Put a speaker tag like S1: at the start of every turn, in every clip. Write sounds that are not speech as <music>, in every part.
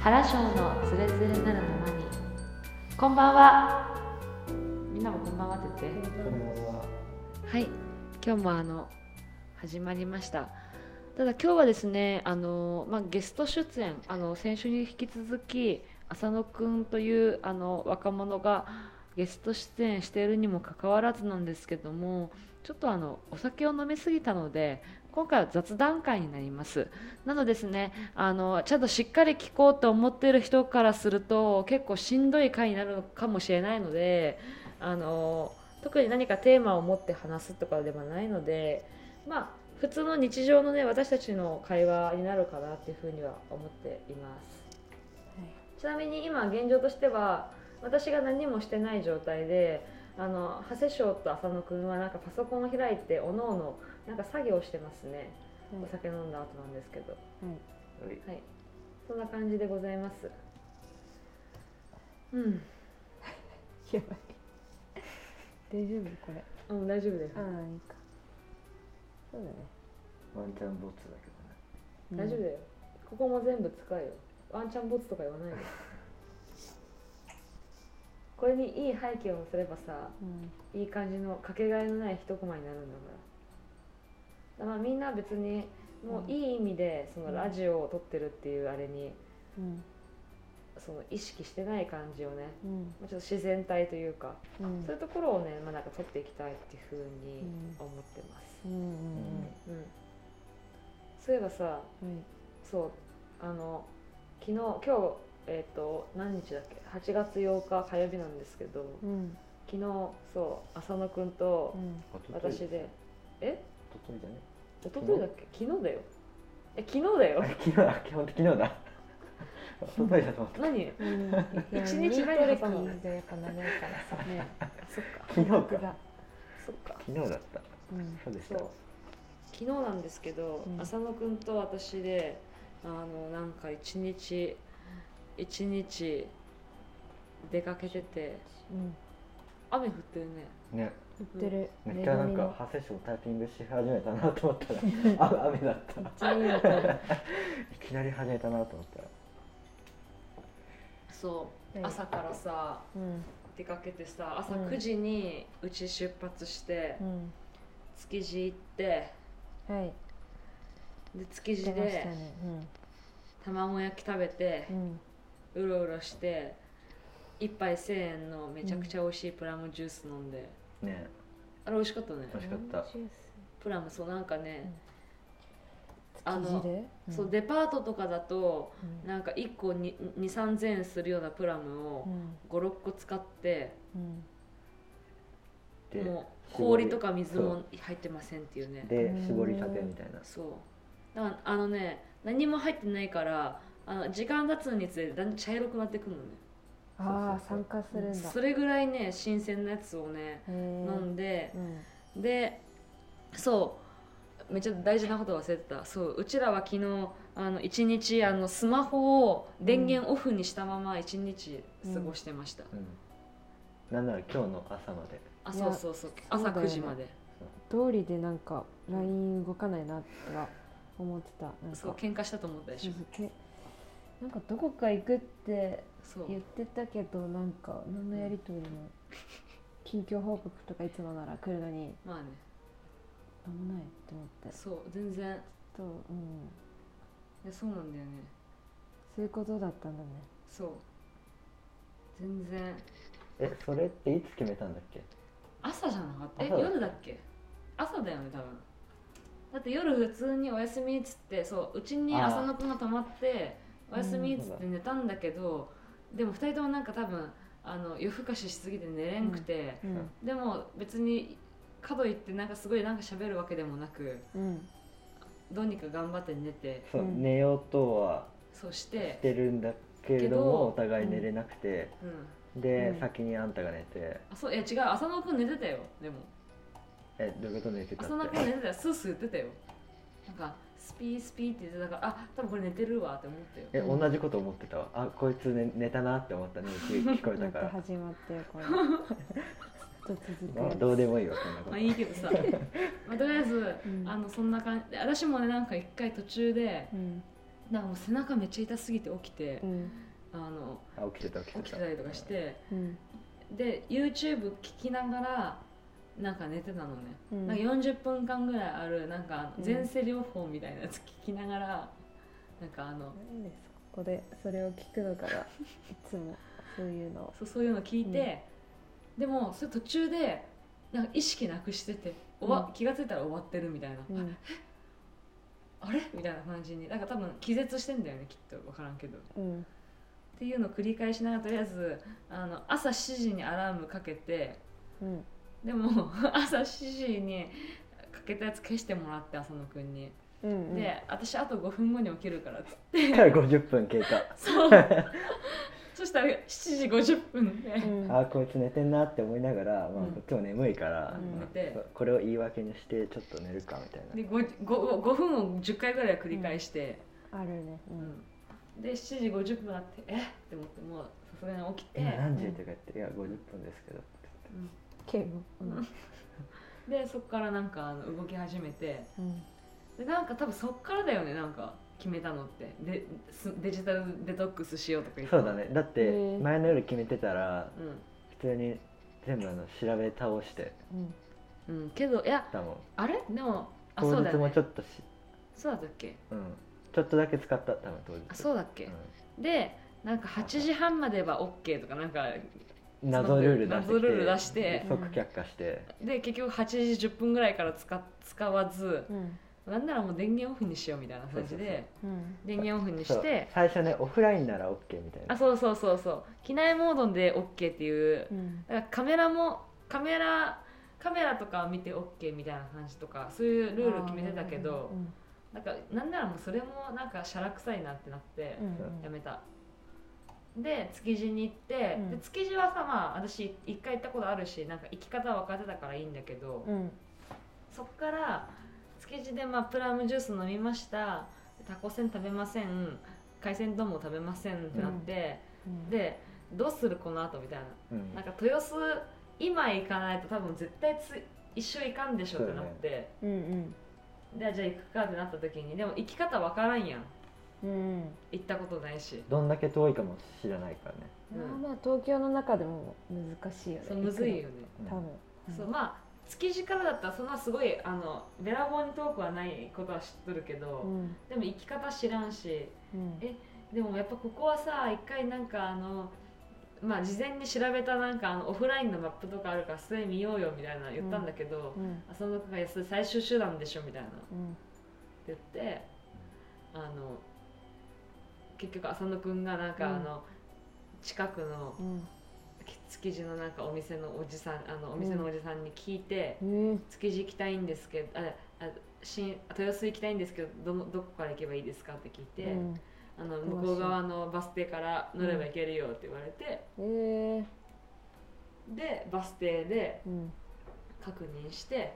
S1: 原翔のつれつれなるままにこんばんはみんなもこんばんはって言ってはい今日もあの始まりましたただ今日はですねあの、まあ、ゲスト出演あの先週に引き続き浅野くんというあの若者がゲスト出演しているにもかかわらずなんですけどもちょっとあのお酒を飲みすぎたので今回は雑談会になりますなのですねあのちゃんとしっかり聞こうと思っている人からすると結構しんどい回になるのかもしれないのであの特に何かテーマを持って話すとかではないのでまあ普通の日常のね私たちの会話になるかなっていうふうには思っています、ちなみに今現状としては私が何もしてない状態であの長谷翔と浅野くんはなんかパソコンを開いておのおのなんか作業してますね、
S2: うん
S1: お酒飲んだ後なんですけど
S3: はい
S1: はい、そんな感じでございます。うん、
S2: やばい大丈夫これ
S1: うん、大丈夫です
S2: あ。あいいかそうだね
S3: ワンチャンボッツだけどね。
S1: 大丈夫だよ。ここも全部使えよ。ワンチャンボツとか言わ <laughs> ないで。これにいい背景をすればさ、
S2: うん
S1: いい感じのかけがえのない一コマになるんだから。だからみんな別にもういい意味でそのラジオを撮ってるっていうあれに
S2: うん
S1: その意識してない感じをね、
S2: うん
S1: もうちょっと自然体というか、
S2: うん
S1: そういうところをね、まあ、なんか撮っていきたいっていうふうに思ってます。
S2: うんうん
S1: うん、そういえばさ
S2: うんはい
S1: そうあの昨日今日えっ、と何日だっけ8月8日火曜日なんですけど
S2: うん
S1: 昨日そう浅野くん
S2: う
S1: と
S2: ん
S1: 私で、え
S3: おとといだね。
S1: 一昨日だっけ昨日だよえ昨日だよ
S3: あれ昨日だ。基本的昨日だ。おとといだと思った。
S1: 何
S2: うんいや
S1: 一日前に挟む
S2: ミート歴がやっぱ長いからさね
S1: そっか
S3: 昨日か。
S2: が
S1: そっか
S3: 昨日だった。
S2: うん
S3: そうでし
S1: そ
S3: た。
S1: う昨日なんですけど、
S2: うん
S1: 浅野くんと私であのなんか一日一日出かけてて
S2: うん
S1: 雨降ってるね
S3: ね、
S2: 売ってる
S3: めっちゃなんかハセショタイピングし始めたなと思ったら、あ雨だった。い
S2: めっちゃいい音
S3: きなり始めたなと思ったら。
S1: そう、
S2: はい
S1: 朝からさ
S2: うん
S1: 出かけてさ朝
S2: うん
S1: 9時にうち出発して、
S2: うん
S1: 築地行って
S2: はい
S1: で築地
S2: 出ました
S1: で
S2: ね
S1: 卵焼き食べて
S2: う、ん
S1: うろうろして一杯1000円のめちゃくちゃ美味しいプラムジュース飲んで、
S3: ね、
S1: あれ美味しかったね
S3: 美味しかった
S2: ジュース
S1: プラムそうなんかね、あの
S2: 生地でん
S1: そうデパートとかだと
S2: うん
S1: なんか1個に2 3 0 0 0円するようなプラムを
S2: うん
S1: 56個使って、
S2: うん
S3: で、
S1: もう
S3: 絞り
S1: 氷とか水
S3: そ
S1: も入ってませんっていうね
S3: で絞りたてみたいな。
S1: そうだからあのね何も入ってないからあの時間経つにつれてだんだん茶色くなってくるのね
S2: ああ
S3: そうそうそう
S2: 酸化するんだ
S1: それぐらいね新鮮なやつをね
S2: 飲
S1: 飲んで
S2: う、ん
S1: でそうめっちゃ大事なこと忘れてたそううちらは昨日あの一日あのスマホを電源オフにしたまま一日過ごしてました、
S3: うん。なんなら今日の朝まで。
S1: あ
S2: い
S1: そ
S2: や
S1: うそうそう
S2: そうだ
S1: 朝
S2: よね
S1: 9時まで
S2: 通りでなんか LINE 動かないなとか思ってたなん
S1: そう
S2: か
S1: 喧嘩したと思ったでしょ、
S2: けなんかどこか行くって
S1: そう
S2: 言ってたけどなんか何のやり取りも近況報告とかいつもなら来るのに
S1: まあね
S2: 何もないって思って
S1: そう全然
S2: と、うん、
S1: いやそうなんだよね
S2: そういうことだったんだね
S1: そう全然
S3: え、それっていつ決めたんだっけ？
S1: 朝じゃなかったえ
S3: 朝だ
S1: 夜だっけ朝だよね多分だって夜普通にお休みっつってそううちに
S3: あー
S1: 浅野くんが泊まってお休みっつっ
S3: うん
S1: て寝たんだけど、でも2人ともなんか多分あの夜更かししすぎて寝れんくて、
S2: うん
S1: でも別にかといってなんかすごいなんか喋るわけでもなく
S2: うん
S1: どうにか頑張って寝て
S3: そう、
S2: うん
S3: 寝ようとは
S1: そうし、
S3: しててるんだけれど
S1: けど
S3: も、お互い寝れなくて。
S1: うん、
S3: で、
S2: うん
S3: 先にあんたが寝て
S1: あそういや違う浅野くん寝てたよでも
S3: えどういうこと寝てたっ
S1: 浅
S3: て
S1: 野くん寝てたよスースー言ってたよなんかスピースピーって言ってたからあ多分これ寝てるわって思ったよ
S3: え同じこと思ってたわあこいつ寝寝たなって思ったね聞聞こえ
S2: ま
S3: たか
S1: <laughs>
S2: た
S3: ら
S2: 始まってよこれずっと続く
S3: ま
S2: や
S3: あ
S2: つ
S3: どうでもいいわそんな
S1: <laughs>
S3: こ
S1: まあ
S3: と
S1: いいけどさ、まあ、とりあえず、
S2: うん
S1: あのそんな感じで私もねなんか一回途中で
S2: うん
S1: なんかもう背中めっちゃ痛すぎて起きて
S2: う、ん
S1: あの
S3: あ起きてた起き
S1: 起
S3: てた
S1: きてたりとか
S3: <laughs>
S1: して、
S2: うん
S1: で YouTube 聞きながらなんか寝てたのね、
S2: うん
S1: なんか40分間ぐらいあるなんか
S2: うん
S1: 前世療法みたいなやつ聞きながら、なんかあの
S2: なんでそこでそれを聞くのかがいつもそういうのを
S1: そうそういうの聞いて、でもそれ途中でなんか意識なくしてて終わ、
S2: うん
S1: 気が付いたら終わってるみたいな、
S2: うん
S1: あれみたいな感じになんか多分気絶してんだよねきっと分からんけど。
S2: うん
S1: っていうのを繰り返しながらとりあえずあの朝7時にアラームかけて
S2: うん
S1: でも <laughs> 朝7時にかけたやつ消してもらって浅野くんに、
S2: うんうん
S1: で私あと5分後に起きるからっ
S2: <laughs>
S1: つって
S3: から50分経過
S1: そうそしたら7時50分で、
S2: うん
S3: あーこいつ寝てんなって思いながら、まあ
S1: うん
S3: こっちも眠いか
S1: う
S3: ら、
S1: ん
S3: ま
S1: 寝
S3: あ
S1: て
S3: これを言い訳にしてちょっと寝るかみたいな
S1: で 5, 分を10回ぐらい繰り返して、
S2: あるねう
S1: うん
S2: ん
S1: で7時50分あってえっって思ってもうさすがに起きて、
S3: 今何時とか言って「いや50分ですけど」
S1: うん
S2: 敬語うん
S1: でそっからなんかあの動き始めて
S2: うん
S1: でなんか多分そっからだよねなんか決めたのってですデジタルデトックスしようとか言って
S3: そうだねだっ
S2: へ
S3: て
S2: ー
S3: 前の夜決めてたら
S1: う
S3: 普通に全部あの調べ倒して
S2: うん
S1: ん、うん、けどいや
S3: たもん
S1: あれでもあ
S3: 当
S1: そうだ
S3: 日
S1: よ
S3: も
S1: ね
S3: ちょっとし
S1: そうだったっけ
S3: うんちょっとだけ使った多分当日
S1: あそうだっけ、でなんか8時半までは OK とかなんか
S3: うん謎ルール出してきて
S1: 謎ルール出して
S3: 即却下して、
S1: で結局8時10分ぐらいから使使わず
S2: うん
S1: なんならもう電源オフにしようみたいな感じ
S3: そうそう
S1: で
S2: うん
S1: 電源オフに
S3: そ
S1: し
S3: う
S1: て
S3: 最初ねオフラインなら OK みたいな
S1: あそうそうそうそう機内モードで OK っていう
S2: うん
S1: だからカメラもカメラカメラとかは見て OK みたいな感じとかそういうルールを決めてたけど
S2: うん
S1: なんかなんならもうそれもなんかしゃらくさいなってなって
S2: うん
S1: やめた、で築地に行って、
S2: うん
S1: で築地はさまあ私一回行ったことあるしなんか行き方は分かってたからいいんだけど、
S2: うん
S1: そっから築地でまあプラムジュース飲みましたタコせん食べません海鮮丼も食べませんってなって、
S2: うん
S1: でどうするこの後みたいな
S3: うん
S1: なんか豊洲今行かないと多分絶対つ一生行かんでしょってなって、
S2: うん
S1: でじゃあ行くかってなった時にでも行き方わからんやん
S2: うんうん
S1: 行ったことないし
S3: どんだけ遠いかも知らないからね、
S1: うん
S2: まあまあ東京の中でも難しいよね
S1: そうむずいよね、
S3: うん
S2: 多分
S1: そうまあ築地からだったらそんなすごいあのべらぼうに遠くはないことは知っとるけど、
S2: うん
S1: でも行き方知らんし
S2: うん
S1: えでもやっぱここはさ一回なんかあのまあ事前に調べたなんかあのオフラインのマップとかあるからそれ見ようよみたいなの言ったんだけど、
S2: うん
S1: あその子がいやそれ最終手段でしょみたいな
S2: うん
S1: って言ってあの結局浅野くんがなんか、
S2: うん
S1: あの近くの
S2: うん
S1: 築地のなんかお店のおじさんあのお店のおじさんに聞いて、
S2: うん
S1: 築地行きたいんですけどああ新豊洲行きたいんですけどどのどこから行けばいいですかって聞いて、
S2: うん
S1: あの向こう側のバス停から乗れば行けるよって言われて、
S2: えー
S1: でバス停で
S2: うん
S1: 確認して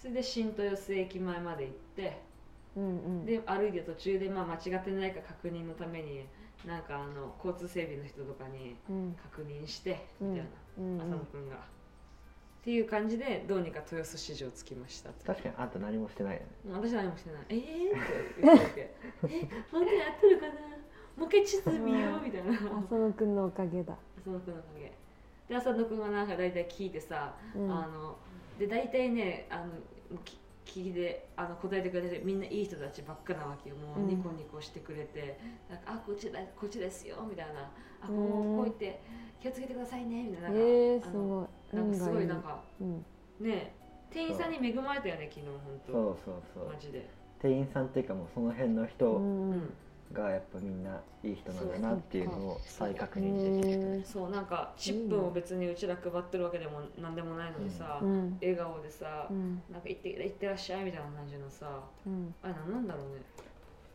S1: それで新豊洲駅前まで行って。
S2: うんうん
S1: で歩いて途中で、まあ、間違ってないか確認のためになんかあの交通整備の人とかに
S2: うん
S1: 確認して
S2: うん
S1: みたいな、
S2: うん
S1: 浅野くんが。っていう感じでどうにか豊洲市場着きましたと
S3: 確かにあんた何もしてないよね
S1: もう私は何もしてない「ええー?」って言ってて「え本当にやってるかなもう一回地図見よう」みたいな
S2: 浅野くんのおかげだ
S1: 浅野くんのおかげで浅野くんがなんか大体聞いてさ、
S2: うん
S1: あので大体ねあのき聞いてあの答えてくれてみんないい人たちばっかなわけよもう
S2: うん
S1: ニコニコしてくれて「なんかあこっちだこっちですよ」みたいな「あこう
S2: うん
S1: こう言って気をつけてくださいね」みたいなな
S2: え
S1: んか,、
S2: ーすごい
S1: なんかすごい
S2: 運が
S1: なんか
S2: うん
S1: ね店員さんに恵まれたよね昨日
S3: そ
S1: 本
S3: うそう
S1: 当
S3: そう
S1: マジで
S3: 店員さんっていうかもうその辺の
S2: う
S3: 人
S1: うんん
S3: がやっぱみんないい人なんだなっていうのを再確認できるよね
S2: えー
S1: そうなんかチップを別にうちら配ってるわけでもなんでもないのにさ、
S2: うん
S1: 笑顔でさ、
S2: うん
S1: なんか行って「行ってらっしゃい」みたいな感じのさ
S2: うん
S1: あれ何なんだろうね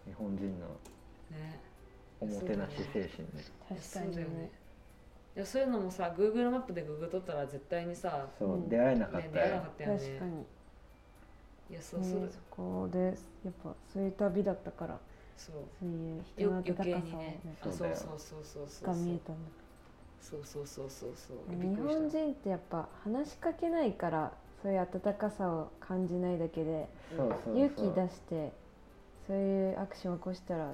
S3: 日本人の
S1: ね
S3: おもてなし精神ね
S2: 確
S1: そ
S2: か
S1: う
S2: に
S1: だよねいやそういうのもさ Google マップでググっとったら絶対にさ、
S3: そう、
S2: うん
S3: 出会えなかっ
S1: ね、出
S3: た
S1: 会え
S3: よ
S1: なかったよね
S2: 確かに
S1: いやそうそう、
S2: ねそこでやっぱそういう旅だったから
S1: そう
S2: そういう人の温かさをね
S1: あ
S3: そ
S1: そう
S3: だ
S1: う
S3: よ
S1: そうそうそうそう
S2: が見えたんだ
S1: そうそうそうそうそうびっ
S2: 日
S1: くりした
S2: 本人ってやっぱ話しかけないからそういう温かさを感じないだけで
S3: そうそうそう
S2: 勇気出してそういうアクションを起こしたら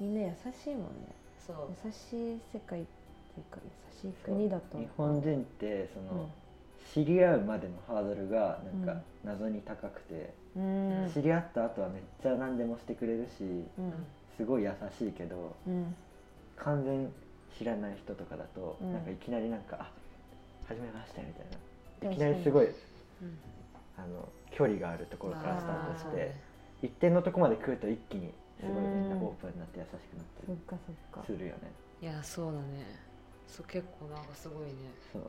S1: うん、
S2: みんな優しいもんね
S1: そう
S2: 優しい世界っていうか優しい国だと
S3: 日本人ってそ
S2: うん
S3: の、知り合うまでのハードルがなん
S2: うん
S3: か謎に高くて、
S2: う
S1: う
S2: ん
S1: ん
S3: 知り合った後はめっちゃ何でもしてくれるし
S2: うん
S3: すごい優しいけど
S2: うん
S3: 完全知らない人とかだと、
S2: うん
S3: なんかいきなりなんか「あ初めまして」みたい
S2: 確か
S3: な
S2: に
S3: いきなりすごい
S1: うん
S3: あの距離があるところからスタート
S1: まあ
S3: し
S1: そう
S3: て
S1: ね
S3: 一定のとこまで来ると一気にすごいみんな
S2: うん
S3: オープンになって優しくな
S2: そっ
S3: っ
S2: かそっか
S3: たりするよね。
S1: いやそうだねそう結構なんかすごいね
S3: そう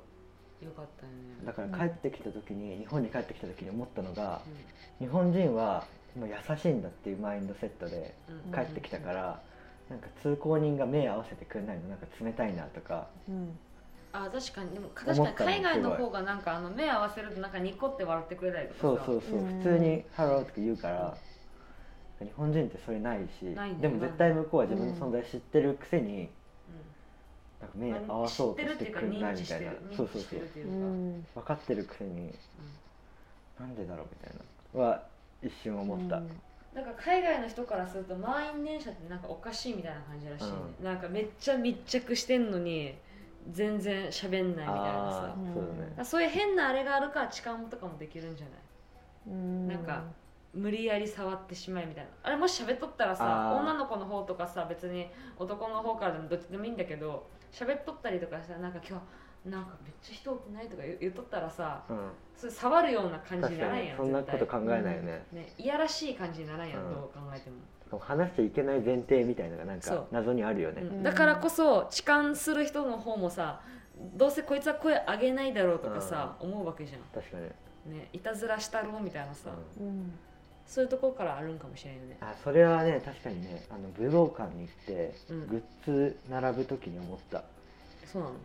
S1: よかったよね
S3: だか
S2: うん
S3: ら帰ってきた時に日本に帰ってきた時に思ったのが
S1: うん
S3: 日本人はもう優しいんだっていうマインドセットで
S1: うん
S3: 帰ってきたからなんか通行人が目合わせてくれないのなんか冷たいなとか
S2: うん
S1: あ確かにでも
S3: た
S1: 確
S3: の
S1: かに海外の方がなんかあの目合わせるとなんかニコって笑ってくれたりとか
S3: そうそうそう
S2: うん
S3: 普通に「ハロー」とか言うから日本人ってそれないし
S1: ないんだ
S3: で
S1: よ
S3: も絶対向こうは自分の存在知ってるくせになんか
S1: う
S3: 目
S1: ん
S3: 合わそうと
S1: 知っ
S3: してて
S1: るっていう
S3: く
S1: か
S3: れな
S1: 認
S3: い
S1: 知
S3: み
S1: した
S3: い
S1: て
S3: な
S1: る
S3: そう
S1: 認
S3: そ
S1: 知
S3: う
S1: して
S3: そう
S1: るっていううか、うん
S2: ん
S3: 分かってるくせになんでだろうみたいなは一瞬思った、
S2: うん
S1: なんか海外の人からすると満員電車ってなんかおかしいみたいな感じらしいね、
S3: う
S1: なんかめっちゃ密着してんのに全然喋んないみたいな
S3: あ
S1: さ
S3: あーそうだね
S1: あそういう変なあれがあるから痴漢とかもできるんじゃない
S2: うん
S1: なんか無理やり触ってしまいみたいなあれもし喋っとったらさ
S3: あー
S1: 女の子の方とかさ別に男の方からでもどっちでもいいんだけど喋っとったりとかしたらなんか今日なんかめっちゃ人多くないとか言う言っとったらさ
S3: うん
S1: それ触るような感じ
S3: 確
S1: になら
S3: か
S1: ん
S3: に
S1: やん
S3: そんな
S1: 絶
S3: こ
S1: 対
S3: と考えないよね、
S1: ね、いやらしい感じにならんやん、
S3: うん
S1: どう考えても、
S3: もう話しちゃいけない前提みたいなのがなん
S1: そう
S3: か謎にあるよね、
S1: うんだからこそ痴漢する人の方もさどうせこいつは声上げないだろうとかさ、思うわけじゃ
S3: 確かに、うん
S1: んねいたずらしたろうみたいなさ、
S2: うん
S1: そういうところからあるんかもしれんよね
S3: あそれはね確かにねあの武道館に行って
S1: うん
S3: グッズ並ぶ時に思った、
S1: そうなの
S3: うん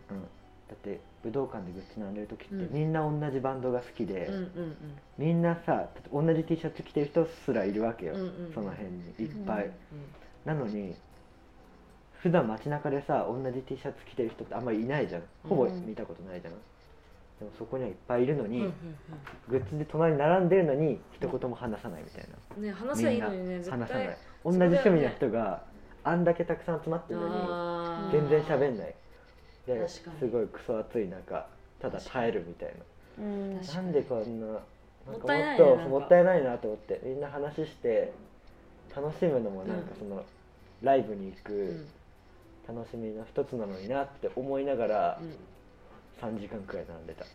S3: だって武道館でグッズ並んでる時って、
S1: うん
S3: みんな同じバンドが好きで、
S1: うんうん
S3: みんなさ同じ T シャツ着てる人すらいるわけよ、
S1: うんうんうん
S3: その辺にいっぱい、
S2: うん
S3: なのに普段街中でさ同じ T シャツ着てる人ってあんまりいないじゃんほぼ見たことないじゃん、でもそこにはいっぱいいるの
S1: うん
S3: に、
S1: うん
S3: グッズで隣に並んでるのに一言も話さないみたいな、
S1: うんね話せばいいのにね
S3: 話
S1: 絶
S3: さ
S1: 対
S3: ない
S1: そ
S3: 同
S1: う
S3: じ
S1: だよね
S3: 趣味の人があんだけたくさん集まってるの
S1: あ
S3: に
S1: ー
S3: 全然喋んないで
S1: 確
S3: す
S1: かに
S3: ごいクソ暑い中ただ耐えるみたい
S2: うん
S1: 確
S3: な
S1: か
S3: な
S1: に
S3: んでこんななん
S1: もったい
S3: か
S1: ないねな
S3: もっと
S1: んか
S3: もったいないなと思ってみんな話して楽しむのもなんかその、ライブに行
S1: うん
S3: く楽しみの一つなのになって思いながら
S1: うん
S3: 3時間くらい並んでた、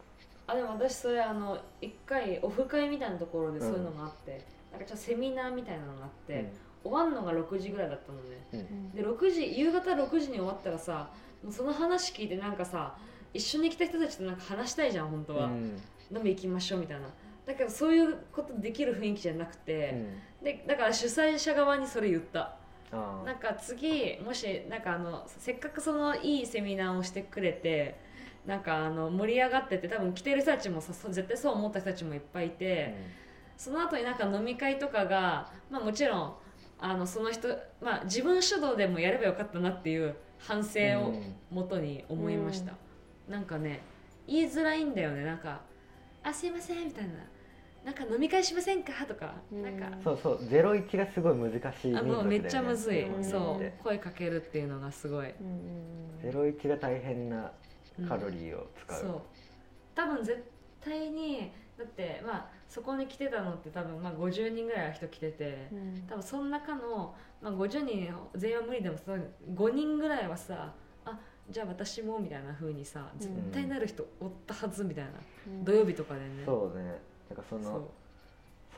S1: あでも私それあの一回オフ会みたいなところでそういうのがあって、なんかちょっとセミナーみたいなのがあって、終わんのが6時ぐらいだったのね
S3: うんう
S2: うんん
S1: で6時夕方6時に終わったらさもうその話聞いてなんかさ一緒に来た人たちとなんか話したいじゃん本当は、
S3: うん
S1: 飲み行きましょうみたいなだけどそういうことできる雰囲気じゃなく
S3: う
S1: て、
S3: ん
S1: でだから主催者側にそれ言った
S3: あ
S1: なんか次もしなんかあのせっかくそのいいセミナーをしてくれてなんかあの盛り上がってて多分来てる人たちもさそう絶対そう思った人たちもいっぱいいて、
S3: ー
S1: その後になんか飲み会とかが、まあ、もちろんあのその人、まあ、自分主導でもやればよかったなっていう反省を
S3: うん
S1: もとに思いました、なんかね言いづらいんだよねなんか「あすいません」みたいな「なんか飲み会しませんか?」とか、
S2: うん
S1: なんか
S3: そうそう01がすごい難しい
S1: あもうめっちゃむずい、
S2: うん
S1: そう声かけるっていうのがすごい、
S2: うんうん
S3: 01が大変な
S1: うん
S3: カロリーを使う,、
S1: そう多分絶対にだってまあそこに来てたのって多分まあ50人ぐらいは人来てて、
S2: うん
S1: 多分その中の、まあ、50人全員は無理でもその5人ぐらいはさあじゃあ私もみたいな風にさ
S2: ん
S1: 絶対なる人おったはずみたいな、
S2: うん
S1: 土曜日とかでね
S3: そうねなんか
S1: そ
S3: その
S1: う
S3: そ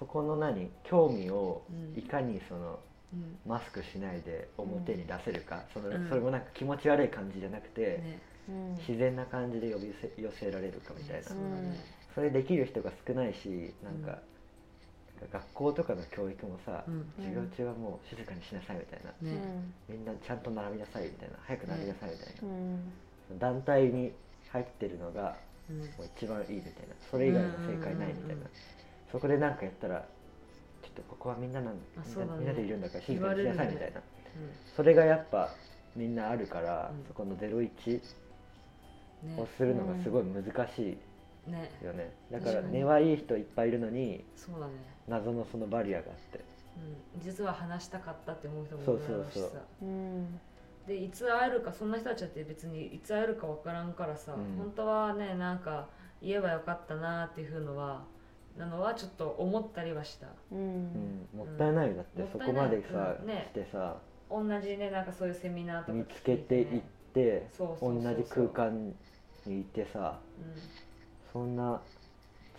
S3: この何興味を
S1: うん
S3: いかにその
S1: うん
S3: マスクしないで表に出せるか、その
S1: うん
S3: それもなんか気持ち悪い感じじゃなくて、
S1: ね
S2: うん
S3: 自然な感じで呼びせ寄せられるかみたいな、
S1: そうだね
S3: それできる人が少ないしなん
S1: うん
S3: か、なんか学校とかの教育もさ、
S1: うん
S2: うん
S3: 授業中はもう静かにしなさいみたいな
S2: う
S1: ね、
S2: ん
S3: みんなちゃんと並びなさいみたいな早く並びなさいみたいな
S2: う、ん
S3: 団体に入ってるのが
S1: うん
S3: もう一番いいみたいなそれ以外の正解ないみたい
S1: うんう
S3: な、
S1: んうんうん
S3: そこで何かやったらちょっとここはみんななん
S1: あ
S3: みん
S1: そうだ
S3: な
S1: ね
S3: みんなでいるんだから静
S1: 言
S3: か
S1: わ
S3: に
S1: れ
S3: し
S1: るね
S3: なさいみたいなそれがやっぱみんなあるから、
S1: うん
S3: そこの01
S1: うん
S3: をするのがすごい難しい
S1: ねね
S3: よね、だから
S1: 確かに
S3: 根はいい人いっぱいいるのに
S1: そうだね
S3: 謎のそのバリアがあって
S1: うん、実は話したかったって思う人もい
S3: そう
S1: る
S3: そ
S1: だ
S3: う
S1: ろうし
S3: そう
S1: さ
S2: うん
S1: でいつ会えるかそんな人たちだって別にいつ会えるか分からんからさ、
S3: うん
S1: 本当はねなんか言えばよかったなっていうふうのはなのはちょっと思ったりはした
S2: う
S3: うんん、もったいないよだって
S1: もっ
S3: そ
S1: た
S3: こ
S1: いない
S3: までさ、
S1: うんね
S3: してさ
S1: 同じねなんかそういうセミナーとか
S3: 見つけていって、
S1: そうそう
S3: 同
S1: そうそう
S3: じ空間にいてさそんな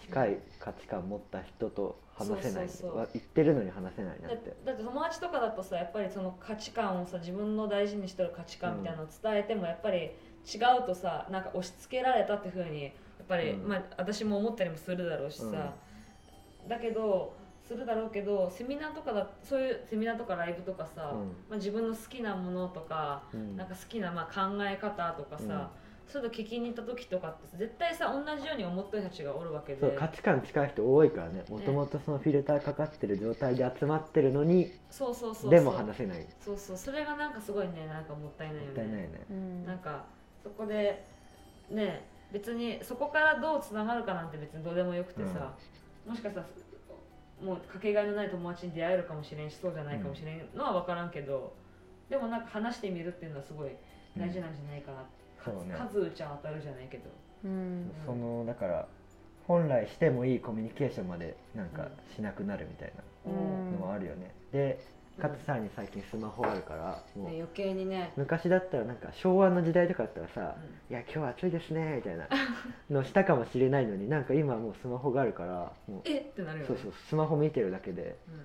S3: 近い価値観持った人と話せない
S1: そうそうそう
S3: は言ってるのに話せない
S1: うん、
S3: な
S1: だ
S3: って
S1: だって友達とかだとさやっぱりその価値観をさ自分の大事にしてる価値観みたいなのを伝えてもやっぱり違うとさなんか押し付けられたっていうふうにやっぱり、
S3: うん
S1: まあ、私も思ったりもするだろうしさ、だけどするだろうけどセミナーとかだそういうセミナーとかライブとかさ、まあ、自分の好きなものとか
S3: うんうん
S1: なんか好きなまあ考え方とかさ、そういうの聞きに行った時とかって絶対さ同じように思ってる人たちがおるわけで
S3: そう価値観近い人多いからねもともとそのフィルターかかってる状態で集まってるのに
S1: そうそうそうそう
S3: でも話せないも
S1: そうそうそれがなんかすごいねなんかもったいないよね
S3: ったいないよね
S2: うん
S1: なんかそこでね別にそこからどうつながるかなんて別にどうでもよくてさ、もしかしたらもうかけがえのない友達に出会えるかもしれんしそうじゃないかもしれんのは分からんけど、でもなんか話してみるっていうのはすごい大事なんじゃないかな、
S3: そうね
S1: 数打ちゃ当たるじゃないけど
S2: うん
S3: そのだから本来してもいいコミュニケーションまでなんかしなくなるみたい
S2: うん
S1: うん
S3: なのもあるよねでかつさらに最近スマホあるからもう
S1: ね、余計にね、
S3: 昔だったらなんか昭和の時代とかだったらさ
S1: うん
S3: 「いや今日は暑いですね」みたいなのしたかもしれないのになんか今はもうスマホがあるからも
S1: えってなる
S3: う
S1: よね
S3: そうそうスマホ見てるだけで
S1: うん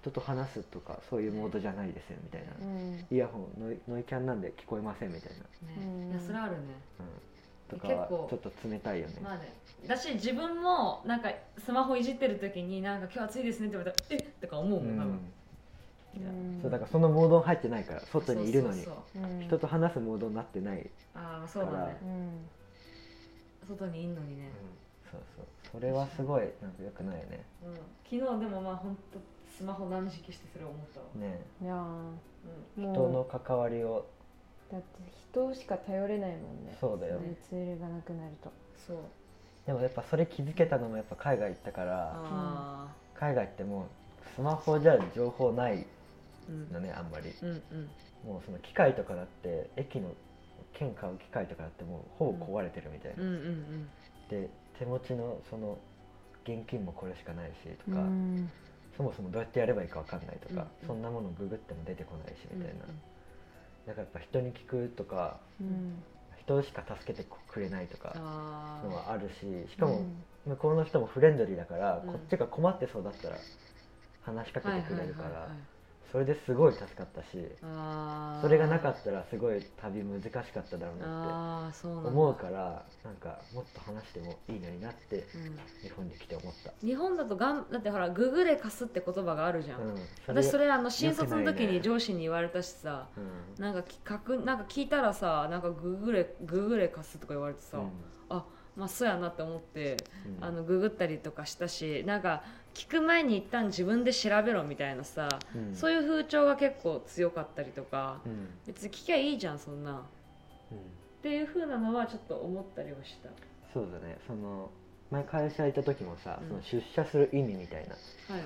S3: 人と話すとかそういうモードじゃないですよみたいな
S2: うん
S3: イヤホンノイノイキャンなんで聞こえませんみたいな、
S1: ね
S2: うん
S1: いやそれあるね
S3: うん、とかは
S1: 結構
S3: ちょっと冷たいよね、
S1: まあねだし自分もなんかスマホいじってる時になんか今日暑いですねって言われたらえっとか思う
S3: う
S1: もん多分、
S3: ん、
S1: いや
S3: そうだからそのモードに入ってないから外にいるのに
S1: そうそうそう
S2: うん
S3: 人と話すモードになってない、
S1: ああそうだね
S2: うん
S1: 外にいんのにね、
S3: そうそうそれはすごいなんか良くないよね
S1: うん、昨日でもまあ本当スマホ断食してそれ思ったわ、
S3: ね
S2: いやー
S1: う
S2: もう
S3: 人の関わりを
S2: だって人しか頼れないもんね
S3: そうだよ、
S1: ね
S2: ツールがなくなると
S1: ん、そう
S3: でもやっぱそれ気づけたのもやっぱ海外行ったから
S1: ああ
S3: 海外ってもうスマホじゃ情報ない
S1: うんうん
S3: のねあんまり
S1: うん
S3: もうその機械とかだって駅の券買う機械とかだってもうほぼ壊れてるみたいな、
S1: うんうん
S3: で手持ちのその現金もこれしかないしと
S2: う
S3: か、
S2: ん
S3: そもそもどうやってやればいいかわかんないとか、
S1: うん
S3: そんなものググっても出てこないし
S1: うん
S3: みたいな、だからやっぱ人に聞くとか
S2: うん
S3: 人しか助けてくれないとか
S1: あ
S3: の
S1: あ
S3: はあるししかも向こうの人もフレンドリーだから、
S1: うん
S3: こっちが困ってそうだったら話しかけ
S1: は
S3: て
S1: い
S3: く
S1: はいは
S3: れ
S1: い
S3: るから、
S1: はい
S3: それですごい助かったし
S1: ああ
S3: それがなかったらすごい旅難しかっただろうなって
S1: ああそうなんだ
S3: 思うからなんかもっと話してもいいのになって
S1: うん
S3: 日本に来て思った。
S1: 日本だとがんだってほら「ググれ貸す」って言葉があるじゃん、
S3: うん、
S1: 私それあの新
S3: 良く
S1: 卒
S3: ない
S1: の
S3: ね
S1: 時に上司に言われたしさ
S3: うん
S1: なんかきかくなんか聞いたらさなんかググれググれ貸すとか言われてさ、まあそうやなって思って、
S3: うんうん
S1: あのググったりとかしたしなんか聞く前に一旦自分で調べろみたいなさ、
S3: うん
S1: そういう風潮が結構強かったりとか、
S3: うん
S1: 別に聞きゃいいじゃんそんなっ
S3: うん
S1: ていう風なのはちょっと思ったりはした
S3: そうだねその前会社いた時もさ、
S1: うん
S3: その出社する意味みたいな
S1: はい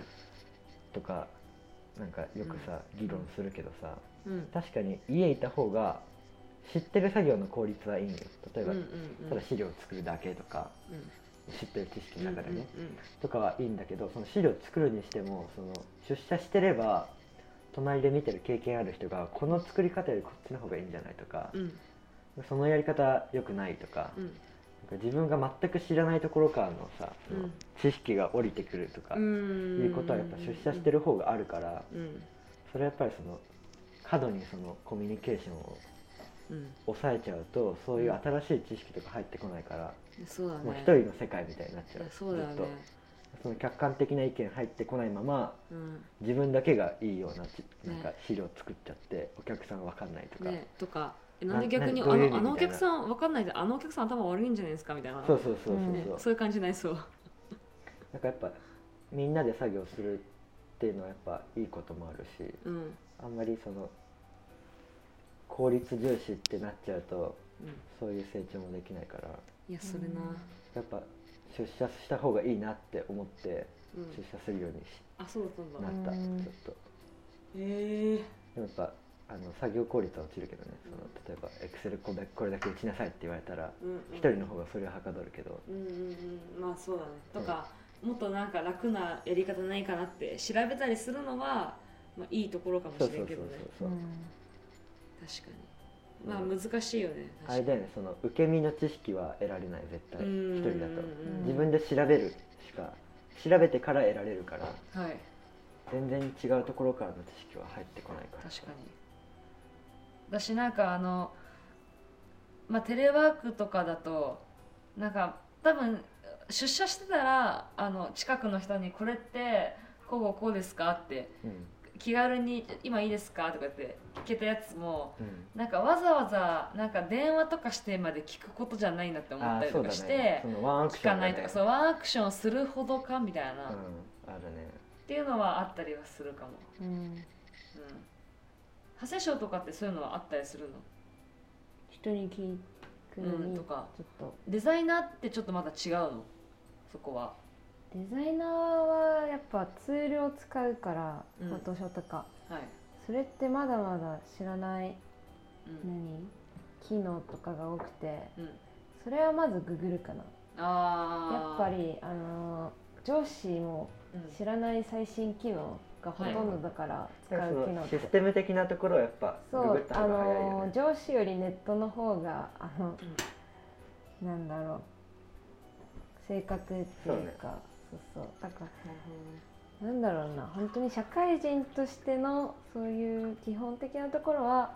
S3: とかなんかよくさ、議論するけどさ
S1: うん
S3: 確かに家いた方が知ってる作業の効率はいいんよ例え
S1: うんう
S3: ば、
S1: ん
S3: ただ資料作るだけとか
S1: うんうん
S3: 知ってる知識の中でね、
S1: うんうん
S3: とかはいいんだけどその資料作るにしてもその出社してれば隣で見てる経験ある人がこの作り方よりこっちの方がいいんじゃないとか、
S1: うん
S3: そのやり方良くないとか,、
S1: うん
S3: なんか自分が全く知らないところからのさ、そ
S1: う
S3: の
S1: ん
S3: 知識が降りてくるとか、
S1: うん
S3: いうことはやっぱ出社してる方があるから
S1: うん
S3: それはやっぱりその過度にそのコミュニケーションを
S1: うん
S3: 抑えちゃうとそういう新しい知識とか入ってこないから、
S1: そうだね
S3: もう一人の世界みたいになっちゃ
S1: いうやそうだよ
S3: ずっ
S1: ね
S3: とその客観的な意見入ってこないまま
S1: うん
S3: 自分だけがいいようなちなん
S1: ね
S3: か資料作っちゃって、お客さんわかんないとか、
S1: ねとかえ
S3: な
S1: なんで逆にあ
S3: などういう意
S1: の
S3: 味
S1: あのお
S3: みたいな
S1: 客さんわかんないであのお客さん頭悪いんじゃないですかみたいな
S3: そうそうそうそうそう、
S2: ね
S1: ねそういう感じになりそう
S3: なんかやっぱみんなで作業するっていうのはやっぱいいこともあるし
S1: うんうん
S3: あんまりその効率重視ってなっちゃうとそういう成長もできないから
S1: いやそれな
S3: やっぱ出社した方がいいなって思って
S1: ううん
S3: 出社するようにし
S1: あそうだったんだ
S3: なった、
S2: うん
S3: ちょっと
S1: へえ
S3: でもやっぱあの作業効率は落ちるけどねその例えばエクセルこれだこれだけ打ちなさいって言われたら
S1: うんうん
S3: 一人の方がそれははかどるけど
S1: うんうんうんまあそうだねとか、もっとなんか楽なやり方ないかなって調べたりするのは、まあ、いいところかも
S3: そう
S1: し
S3: そ
S1: れん
S3: うそ
S1: け
S3: う
S1: どね
S3: そう、
S1: 確かにまあ難しいよね
S3: あれ
S1: 確か
S3: だよねその受け身の知識は得られない絶
S1: に
S3: 対
S1: うん
S3: 一人だと
S1: うん
S3: 自分で調べるしか調べてから得られるから
S1: はい
S3: 全然違うところからの知識は入ってこないから
S1: 確かに私なんかあのまあテレワークとかだとなんか多分出社してたらあの近くの人に「これってこうこうこうですか?」って
S3: に
S1: 気軽に「今いいですか?」とかって聞けたやつも
S3: うん、
S1: なんかわざわざなんか電話とかしてまで聞くことじゃないなって
S3: うん、
S1: 思っ
S3: あ
S1: た
S3: あ
S1: り
S3: そ
S1: と
S3: う
S1: か
S3: だ
S1: して、
S3: ねそのワンアク
S1: 聞
S3: ショ
S1: か
S3: ン
S1: ないとかそう
S3: う、
S1: ワンアクションするほどかみたいな、
S3: う
S1: っ
S3: ん、あるね
S1: ていうのはあったりはするかも、
S2: うん
S1: うん、長谷賞とかってそういうのはあったりするの
S2: 人に聞くの
S1: うん
S2: にち
S1: と
S2: ょ
S1: か
S2: っと
S1: デザイナーってちょっとまだ違うのそこは
S2: デザイナーはやっぱツールを使うから
S1: うん
S2: フォトショーとか、
S1: はい、
S2: それってまだまだ知らない
S1: うん
S2: 何機能とかが多くて
S1: うん、
S2: それはまずググるかなや
S1: あ
S2: っ
S1: あ
S2: ぱ、りあのー上司も
S1: うん
S2: 知らない最新機能がほとんどだから使
S3: だからそう
S2: 機能
S3: の
S2: っ
S3: シ
S2: て
S3: ステム的なところはやっぱグ
S2: そ
S3: グっ
S2: う
S3: た
S2: あ
S3: 方が早いよ
S2: の
S3: ね
S2: ー上司よりネットの方があの、なんだろう正確っていうかそう,、そうだ
S1: なる
S2: から
S1: ほどね
S2: なんだろうな本当に社会人としてのそういう基本的なところは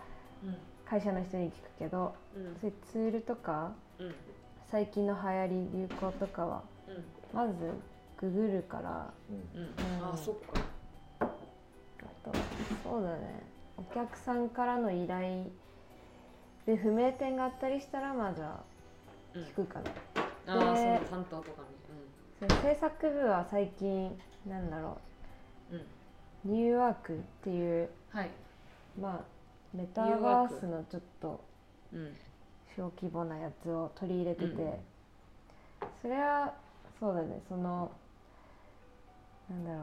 S2: 会社の人に聞くけど
S1: うんうん
S2: そういうツールとか
S1: うん
S2: 最近の流行り流行とかはまずググるから
S3: うん
S1: うんうん
S2: うん
S1: あーそっか
S2: あとそうだねお客さんからの依頼で不明点があったりしたらまずは
S1: うん
S2: 聞くかな、
S1: ああその
S2: で
S1: 担当とかに
S2: その制作部は最近なんだろ
S1: うんうん
S2: うニューワークっていう
S1: はい
S2: まあメタバースのちょっと
S1: うん
S2: 小規模なやつを取り入れてて、
S1: うん
S2: それはそうだねそのなんだろう